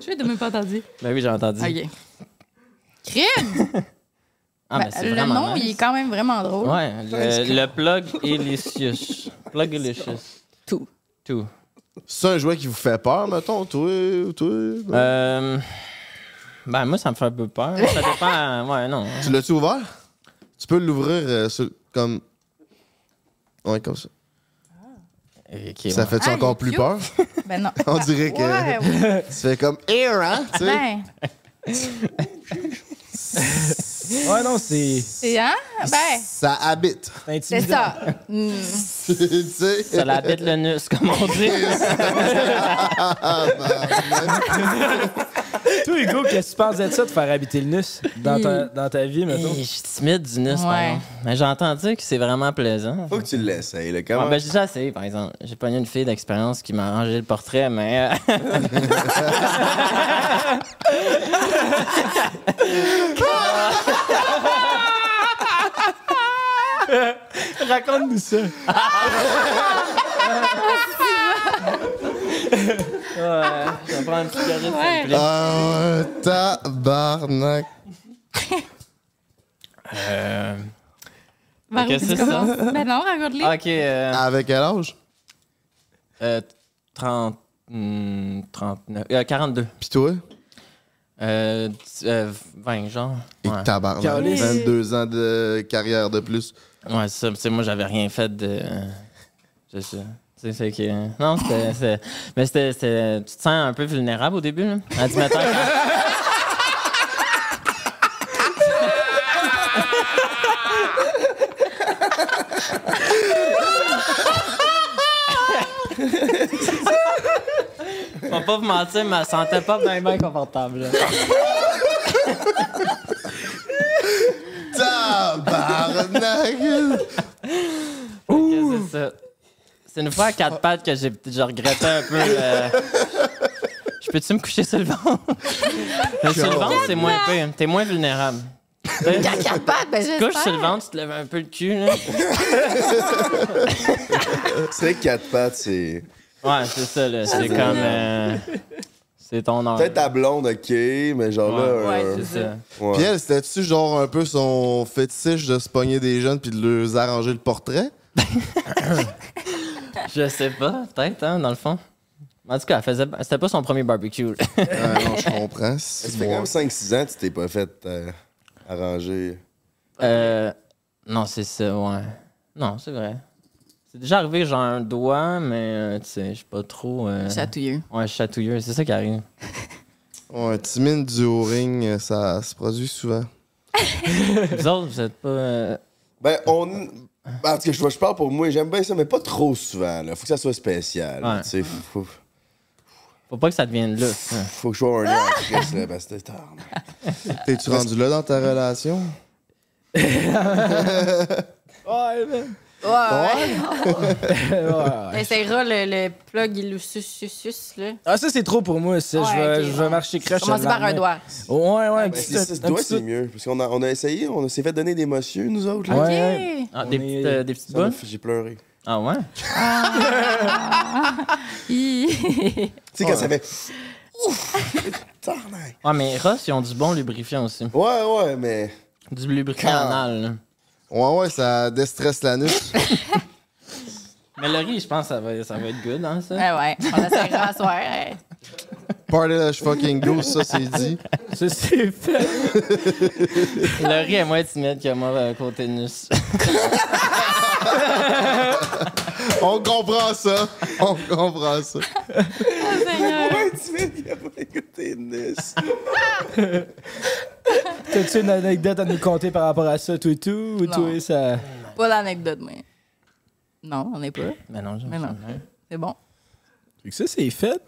E: Je vais de même pas entendu.
C: Ben oui, j'ai entendu.
E: OK. Crime!
C: Ah, mais
E: Ben,
C: c'est
E: le
C: vraiment
E: nom,
C: nice.
E: il est quand même vraiment drôle.
C: Ouais, le, le plug ilicious. Plug ilicious.
E: Tout.
C: Tout.
H: C'est un jouet qui vous fait peur, mettons, toi, toi. non?
C: Euh, ben, moi, ça me fait un peu peur. Ça dépend. euh, Ouais, non.
H: Tu l'as-tu ouvert? Tu peux l'ouvrir euh, sur- comme. Ouais, comme ça.
C: Ok,
H: Ça
C: ouais.
H: fait-tu
E: Ah, il est
H: encore plus
E: cute.
H: peur?
E: Ben non.
H: On dirait que
E: Ouais, ouais.
H: tu fais comme air, hein? Tu sais?
E: Ben,
D: Ouais, non, c'est
E: c'est hein? Ben,
H: Ça habite.
D: c'est intimidant.
E: c'est ça. Hmm.
H: tu sais?
C: Ça la bête le nus, comme on dit.
D: Toi, Hugo, qu'est-ce que tu penses de ça, de faire habiter le nus dans ta,
E: Hmm.
D: dans ta vie, mettons?
C: Hey, Je suis timide du nus, par
E: Ouais.
C: exemple. Mais j'ai entendu que c'est vraiment plaisant.
B: Faut que tu l'essayes, là.
C: Ouais,
B: Comment?
C: ben, j'ai déjà essayé, par exemple. J'ai pogné une fille d'expérience qui m'a arrangé le portrait, mais. euh,
D: Raconte-nous ça.
C: je vais prendre une petite gorgée de
E: Ouais.
C: Saint-Philippe.
H: Ah, ouais, tabarnak.
C: Euh,
E: Maroon,
C: Qu'est-ce que
E: tu
C: c'est, ça?
E: commences. Ben non, raconte-les.
C: Ok. euh,
H: Avec quel âge?
C: Euh, 30. hmm, 39. euh, 42.
H: Pis toi?
C: Euh, dix- euh, 20, genre.
H: Et
C: Ouais,
H: tabarnak.
D: Calice.
H: 22 ans de carrière de plus.
C: Ouais, c'est ça. Tu sais, moi, j'avais rien fait de. Je sais. Tu sais, c'est que. Non, c'était. c'est- Mais c'était, c'était- Tu te sens un peu vulnérable au début, là. À 10 mettons, quand- Je vais pas vous mentir, mais je me sentais pas bien, bien confortable. là.
H: Tabarnak!
C: Que C'est ça. C'est une fois à quatre pattes que j'ai je regrettais un peu. euh, Je peux-tu me coucher sur le ventre? Mais sur le ventre, c'est moins pire. T'es moins vulnérable.
E: Caca pâte, ben j'espère.
C: Couche sur le ventre, tu te lèves un peu le cul. Là. ben-
B: C'est quatre pattes, c'est.
C: Ouais, c'est ça. là. C'est comme. euh, C'est ton heure.
B: Peut-être ta blonde, ok, mais genre là.
E: Ouais,
B: euh,
C: C'est ça.
B: ouais.
H: Puis elle, c'était-tu genre un peu son fétiche de se pogner des jeunes puis de leur arranger le portrait?
C: Je sais pas, peut-être, hein, dans le fond. En tout cas, elle faisait... c'était pas son premier barbecue. là.
H: Euh, non, je comprends.
B: Ça
H: C'est
B: fait quand
H: bon.
B: même 5-6 ans que tu t'es pas fait euh, arranger.
C: Euh, non, c'est ça, ouais. Non, c'est vrai. C'est déjà arrivé, genre un doigt, mais euh, tu sais, je suis pas trop. euh,
E: Chatouilleux.
C: Ouais, chatouilleux, c'est ça qui arrive.
H: Ouais, timide du haut-ring, euh, ça se produit souvent.
C: Vous autres, vous êtes pas. euh,
B: Ben, on. Parce que je, je parle pour moi, j'aime bien ça, mais pas trop souvent. Là. Faut que ça soit spécial. là,
C: Ouais.
B: tu sais, faut, faut-
C: Faut pas que ça devienne hein. là. ça.
B: faut que je sois un an en crise, là, parce que c'est tard.
H: T'es-tu rendu là dans ta relation?
D: Ouais, man.
E: Ouais, ouais.
D: Ouais, ouais.
E: T'essayeras le, le plug, il le sus, sus, sus, là.
D: Ah, ça, c'est trop pour moi. ça. je
E: Ouais,
D: vais,
E: ok,
D: je
E: bon.
D: vais marcher crush.
E: Commencez
D: le
E: par un
D: lendemain.
E: doigt.
D: Ouais, ouais, un
B: Ben,
D: petit
B: c'est- c'est-
D: un
B: doigt,
D: petit-
B: c'est mieux. Parce qu'on a, on a essayé, on s'est fait donner des messieurs, nous autres. Là.
D: Ouais.
E: OK.
C: Ah,
D: On
C: des,
D: est-
C: petites, euh, des petites
B: Ça m'a
C: boules?
B: fait- J'ai pleuré.
C: Ah ouais?
E: Hi.
B: Tu sais, quand ça fait. Ouf! Tarnac.
C: Ouais, mais Ross, ils ont du bon lubrifiant aussi.
B: Ouais, ouais, mais.
C: Du lubrifiant
B: Ah.
C: anal. là.
H: Ouais, ouais, ça déstresse l'anus.
C: Mais le riz, je pense que ça va, ça va être good, hein, ça?
E: ouais, ouais. On essaiera à soir. ouais.
H: Party Lush fucking go, ça c'est dit.
D: Ça, c'est fait.
C: Le riz est moins timide que moi euh, côté nus.
H: On comprend ça. On comprend ça.
B: Ouais, tu mets, il a pas écouté Nice.
D: T'as-tu une anecdote à nous conter par rapport à ça, tout et tout? Ou
E: Non.
D: tout et ça.
E: Pas d'anecdote, mais. Non, on n'est pas.
C: Mais non, j'aime
E: Mais
C: ça.
E: non. C'est bon.
D: Fait que ça, c'est fait.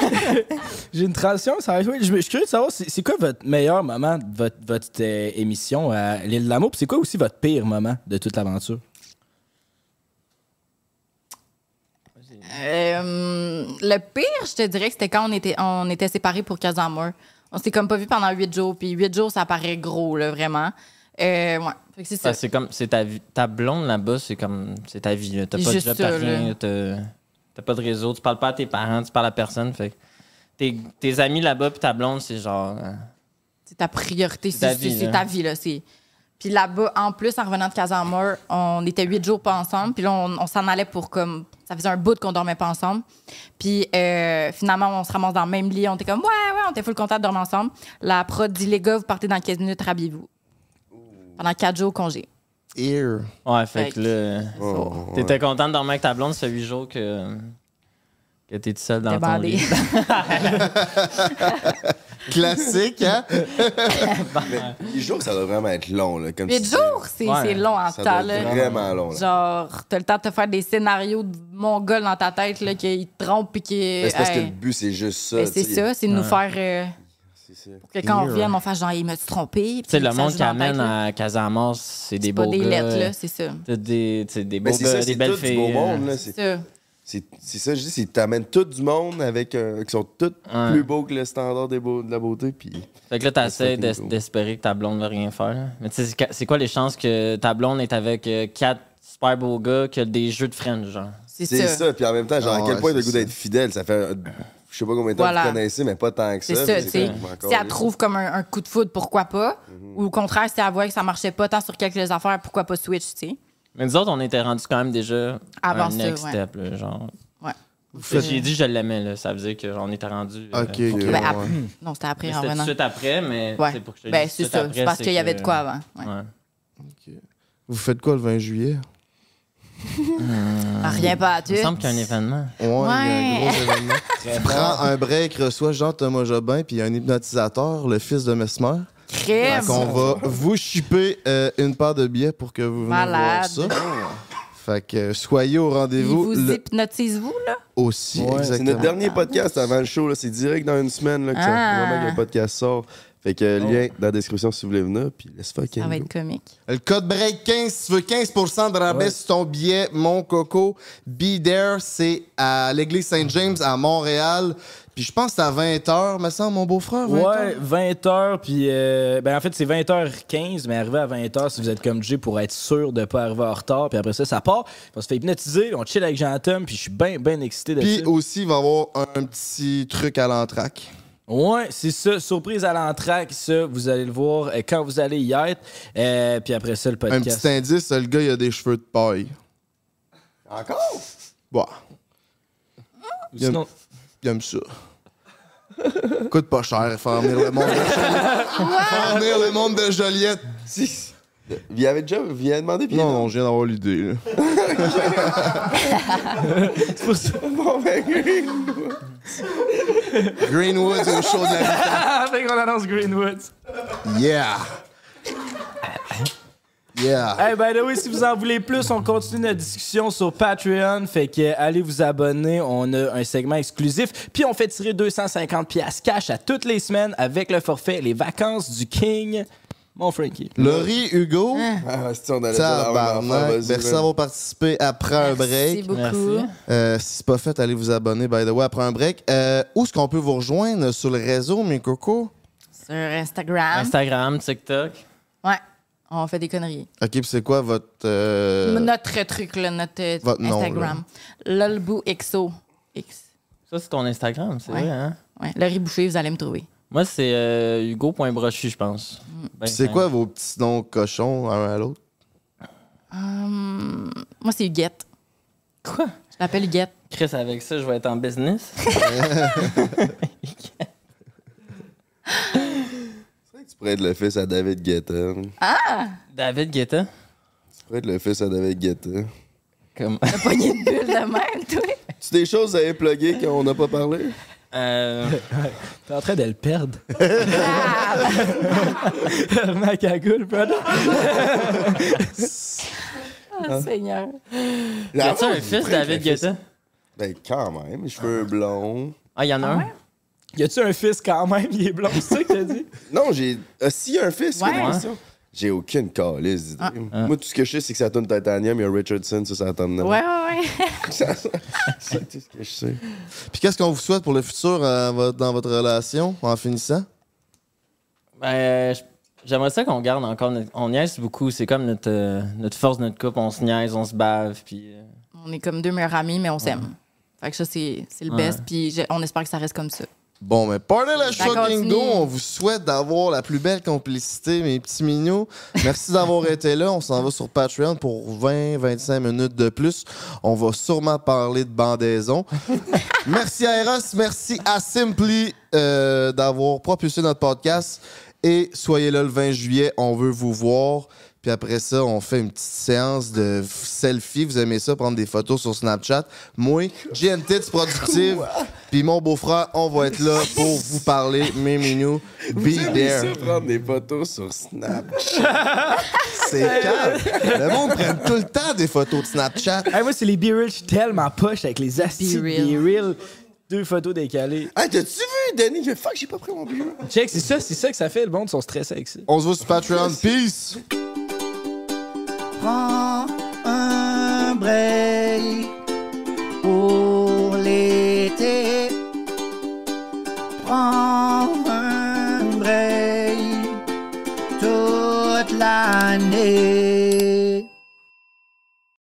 D: J'ai une transition, ça arrive. Je, me- je suis curieux de savoir, c'est c'est quoi votre meilleur moment de votre, votre euh, émission à L'île de l'amour? Puis c'est quoi aussi votre pire moment de toute l'aventure?
E: Euh, le pire, je te dirais que c'était quand on était, on était séparés pour Casa Amor. On s'est comme pas vu pendant huit jours, puis huit jours, ça paraît gros, là, vraiment. Euh, ouais. Fait que c'est ça.
C: Ah, c'est comme, c'est ta vie, ta blonde là-bas, c'est comme, c'est ta vie. là. T'as
E: C'est
C: pas de
E: juste
C: job, t'as
E: ça, là.
C: rien, t'as t'as pas de réseau, tu parles pas à tes parents, tu parles à personne. Fait que tes, tes amis là-bas puis ta blonde, c'est genre, euh,
E: C'est ta priorité,
C: C'est ta
E: c'est c'est-
C: vie,
E: c'est
C: là.
E: ta vie, là. c'est- Puis là-bas, en plus, en revenant de Casa Amor, on était huit jours pas ensemble, puis là, on, on s'en allait pour comme. Ça faisait un bout qu'on dormait pas ensemble. Puis euh, finalement, on se ramasse dans le même lit, on était comme, ouais, ouais, on était full content de dormir ensemble. La prod dit, les gars, vous partez dans 15 minutes, rhabillez-vous. Pendant quatre jours, congé.
H: Ear.
C: ouais, fait,
E: Fait
C: que là,
B: Oh, ouais.
C: t'étais content de dormir avec ta blonde, ça fait huit jours que que t'es tout seul dans ton
E: Débandé.
C: lit.
H: Classique, hein?
B: Les jours, ça doit vraiment être long. Là, comme tu
E: Huit
B: dis.
E: jours, c'est
C: Ouais.
E: c'est long en
B: Ça
E: temps.
B: doit
E: Là.
B: être vraiment long. là.
E: Genre, t'as le temps de te faire des scénarios de mongol dans ta tête là, qu'ils te trompent et qu'ils.
B: Mais c'est parce que
E: Hey.
B: le but, c'est juste ça.
C: Ben,
E: Mais Ben, c'est
B: tu sais.
E: ça, c'est de nous faire. euh,
B: C'est ça.
E: que quand on
H: Yeah.
E: revienne, on fasse genre, il m'a-tu trompé? Puis
C: Tu sais, le
E: ça
C: monde
E: joue
C: qui
E: dans la tête,
C: amène
E: là.
C: à Casamance, c'est des
E: C'est pas
C: beaux
E: des
C: gars.
E: lettres, là, c'est ça.
C: T'as des, t'sais, des beaux
B: Mais c'est ça,
C: gars,
B: c'est
C: des
B: tout
C: belles
B: du
C: filles.
B: beau
C: euh,
B: monde. là, c'est-
E: hein. C'est ça.
B: C'est c'est ça, je dis, c'est t'amènes tout du monde avec un- qui sont tous
C: Ouais.
B: plus beaux que le standard des beaux- de la beauté. Puis
C: Fait que là, t'essaies
B: fucking
C: d'es-
B: cool.
C: d'espérer que ta blonde va rien faire. là. Mais tu sais, c'est ca- c'est quoi les chances que ta blonde est avec euh, quatre super beaux gars qui ont des jeux de friends, genre?
E: C'est
B: c'est
E: ça.
B: ça. Puis en même temps, genre, à
H: Ah
B: quel
H: ouais,
B: point t'as
H: c'est
B: le goût
H: ça.
B: d'être fidèle, ça fait. euh, Je sais pas combien de temps
E: Voilà.
B: vous connaissez, mais pas tant que ça.
E: C'est ça,
B: puis
E: tu sais.
B: comme encore
E: Si elle
B: là.
E: trouve comme un, un coup de foudre, pourquoi pas?
H: Mhm.
E: Ou au contraire, si elle voit que ça marchait pas tant sur quelques affaires, pourquoi pas switch, tu sais?
C: Mais nous autres, on était rendus quand même déjà à
E: Avant
C: un
E: ça,
C: next
E: ouais.
C: step, là, genre.
E: Ouais. Euh.
C: Fait que J'ai dit que je l'aimais, là. Ça veut dire que genre, on était euh, rendu.
H: Ok,
E: Ben,
H: ouais.
E: après- Non, c'était après
C: mais
E: en
C: c'était tout de
E: revenant.
C: suite après, mais
E: Ouais.
C: c'est pour que je te
E: Ben,
C: dise
E: c'est
C: tout de suite
E: ça. C'est
C: après,
E: parce
C: c'est
E: qu'il y avait de
C: que-
E: quoi avant. Ouais.
C: Ouais.
H: Vous faites quoi le 20 juillet?
E: Ah, rien pas à
C: Il
E: tu.
C: me semble qu'il y a un événement.
H: Ouais, il y a un
E: Ouais.
H: gros événement. Prends un break, reçois Jean-Thomas Jobin, puis un hypnotisateur, le fils de Mesmer.
E: Crème.
H: On va vous chipper euh, une paire de billets pour que vous venez
E: Malade.
H: voir ça. Fait que euh, soyez au
E: Ils
H: rendez-vous
E: vous
H: le-
E: hypnotisez-vous, là?
H: aussi.
D: Ouais.
H: exactement.
B: C'est notre dernier podcast avant le show. là. C'est direct dans une semaine là, que ça-
E: Ah. Oh.
B: vraiment que le podcast sort. Fait que lien dans la description si vous voulez venir, puis laisse fucking
E: Ça va
B: go.
E: être comique.
H: Le code break 15, si tu veux 15 de rabais sur ton billet, mon coco. Be there, c'est à l'église Saint-James à Montréal. Puis je pense que c'est à 20h, me semble, mon beau-frère. 20
D: Ouais, 20h, puis euh, ben en fait, c'est 20h15, mais arrivé à 20h si vous êtes comme Jay pour être sûr de pas arriver en retard, puis après ça, ça part. On se fait hypnotiser, on chill avec Jean-Tom, puis je suis bien, bien excité de
H: Puis
D: ça.
H: aussi, il va y avoir un petit truc à l'entraque.
D: Ouais, c'est ça, surprise à l'entraque, ça, vous allez le voir euh, quand vous allez y être, euh, puis après ça, le
H: Un
D: podcast.
H: petit indice, le gars, il a des cheveux de paille.
B: Encore?
H: Ouais,
D: Ou sinon-
H: il aime ça. Coûte pas cher, faire venir le monde de Joliette. Faire venir le monde de Joliette.
B: Si. Il avait déjà il avait demandé, puis
H: Non, non, je viens d'avoir l'idée. là.
B: Bon, ben,
H: Greenwoods au show de la vie.
D: Ah, fait qu'on annonce Greenwood.
H: Yeah! Yeah!
D: Hey, by the way, si vous en voulez plus, on continue notre discussion sur Patreon. Fait que euh, allez vous abonner. On a un segment exclusif. Puis on fait tirer 250 pièces cash à toutes les semaines avec le forfait Les Vacances du King. Mon Frankie.
H: Laurie, Hugo,
E: Hein?
B: ah, si on allait dire la même affaire,
H: tabarnak,
B: vas-y,
H: merci
B: man.
H: d'avoir participé après un
E: Merci
H: break.
E: beaucoup.
D: Merci.
H: Euh, si c'est pas fait, allez vous abonner, by the way, après un break. Euh, où est-ce qu'on peut vous rejoindre sur le réseau, mes cocos?
E: Sur Instagram.
C: Instagram, TikTok.
E: Ouais. On fait des conneries.
H: OK, puis c'est quoi votre... euh,
E: Notre truc, là, notre euh,
H: votre nom,
E: Instagram. Lolbou XO. X.
C: Ça, c'est ton Instagram, c'est
E: Ouais.
C: vrai, hein?
E: Ouais. Laurie Boucher, vous allez me trouver.
C: Moi, c'est euh, hugo.brochu, je pense.
E: Mm.
C: Ben,
H: puis c'est
C: ben,
H: quoi vos petits noms cochons un à l'autre?
E: Hum, moi, c'est Huguette.
C: Quoi?
E: Je l'appelle Huguette.
C: Chris, avec ça, je vais être en business.
B: Tu pourrais être le fils à David Guetta. Tu
C: David Guetta.
B: pourrais être le fils à David Guetta.
C: Comme...
E: Poignée de bulle de même, toi.
B: C'est des choses à épluguer qu'on n'a pas parlé?
C: Euh,
D: T'es en train de le perdre. Remets la cagoule, brother.
E: Oh, Seigneur.
C: y a-tu un fils, David Guetta?
B: Ben, quand même, cheveux blonds.
C: Ah, il y en a un.
D: Y a-tu un fils quand même? Il est blond, c'est ça que t'as dit?
B: Non, j'ai. Ah, si, un fils,
E: Ouais. Ah.
B: comment ça? J'ai aucune calice d'idée.
C: Ah.
B: Moi, tout ce que je sais, c'est que ça tourne Titanium, il y a Richardson, ça, ça tombe
E: Ouais, ouais, ouais.
B: C'est tout ce que je sais.
H: Puis qu'est-ce qu'on vous souhaite pour le futur euh, votre- dans votre relation, en finissant?
C: Ben, je- j'aimerais ça qu'on garde encore. Notre... On niaise beaucoup. C'est comme notre, euh, notre force, notre coupe. On se niaise, on se bave. Puis, euh,
E: On est comme deux meilleurs amis, mais on s'aime. Fait que ça, c'est c'est le best. Puis je- on espère que ça reste comme ça.
H: Bon, mais parlez la
E: Ça
H: fucking
E: continue.
H: go. On vous souhaite d'avoir la plus belle complicité, mes petits mignons. Merci d'avoir été là. On s'en va sur Patreon pour 20-25 minutes de plus. On va sûrement parler de bandaison. merci à Eros. Merci à Simply euh, d'avoir propulsé notre podcast. Et soyez là le 20 juillet. On veut vous voir. Puis après ça, on fait une petite séance de f- selfie. Vous aimez ça, prendre des photos sur Snapchat. Moi, GNT Productive. Puis mon beau-frère, on va être là pour vous parler. Mes minous, be
B: Bien.
H: there.
B: ça prendre des photos sur Snap.
H: C'est calme. Le monde prend tout le temps des photos de Snapchat.
D: Hey, moi, c'est les Be Real. Je suis tellement poche avec les astis
E: Be
D: Be
E: Real.
D: Real. Deux photos décalées.
B: Hey, t'as-tu vu, Danny? que Fuck, j'ai pas pris mon billet.
D: Check, c'est ça, c'est ça que ça fait. Le monde sont stressés avec ça.
H: On se voit sur Patreon. Peace!
E: Prends
H: Euh,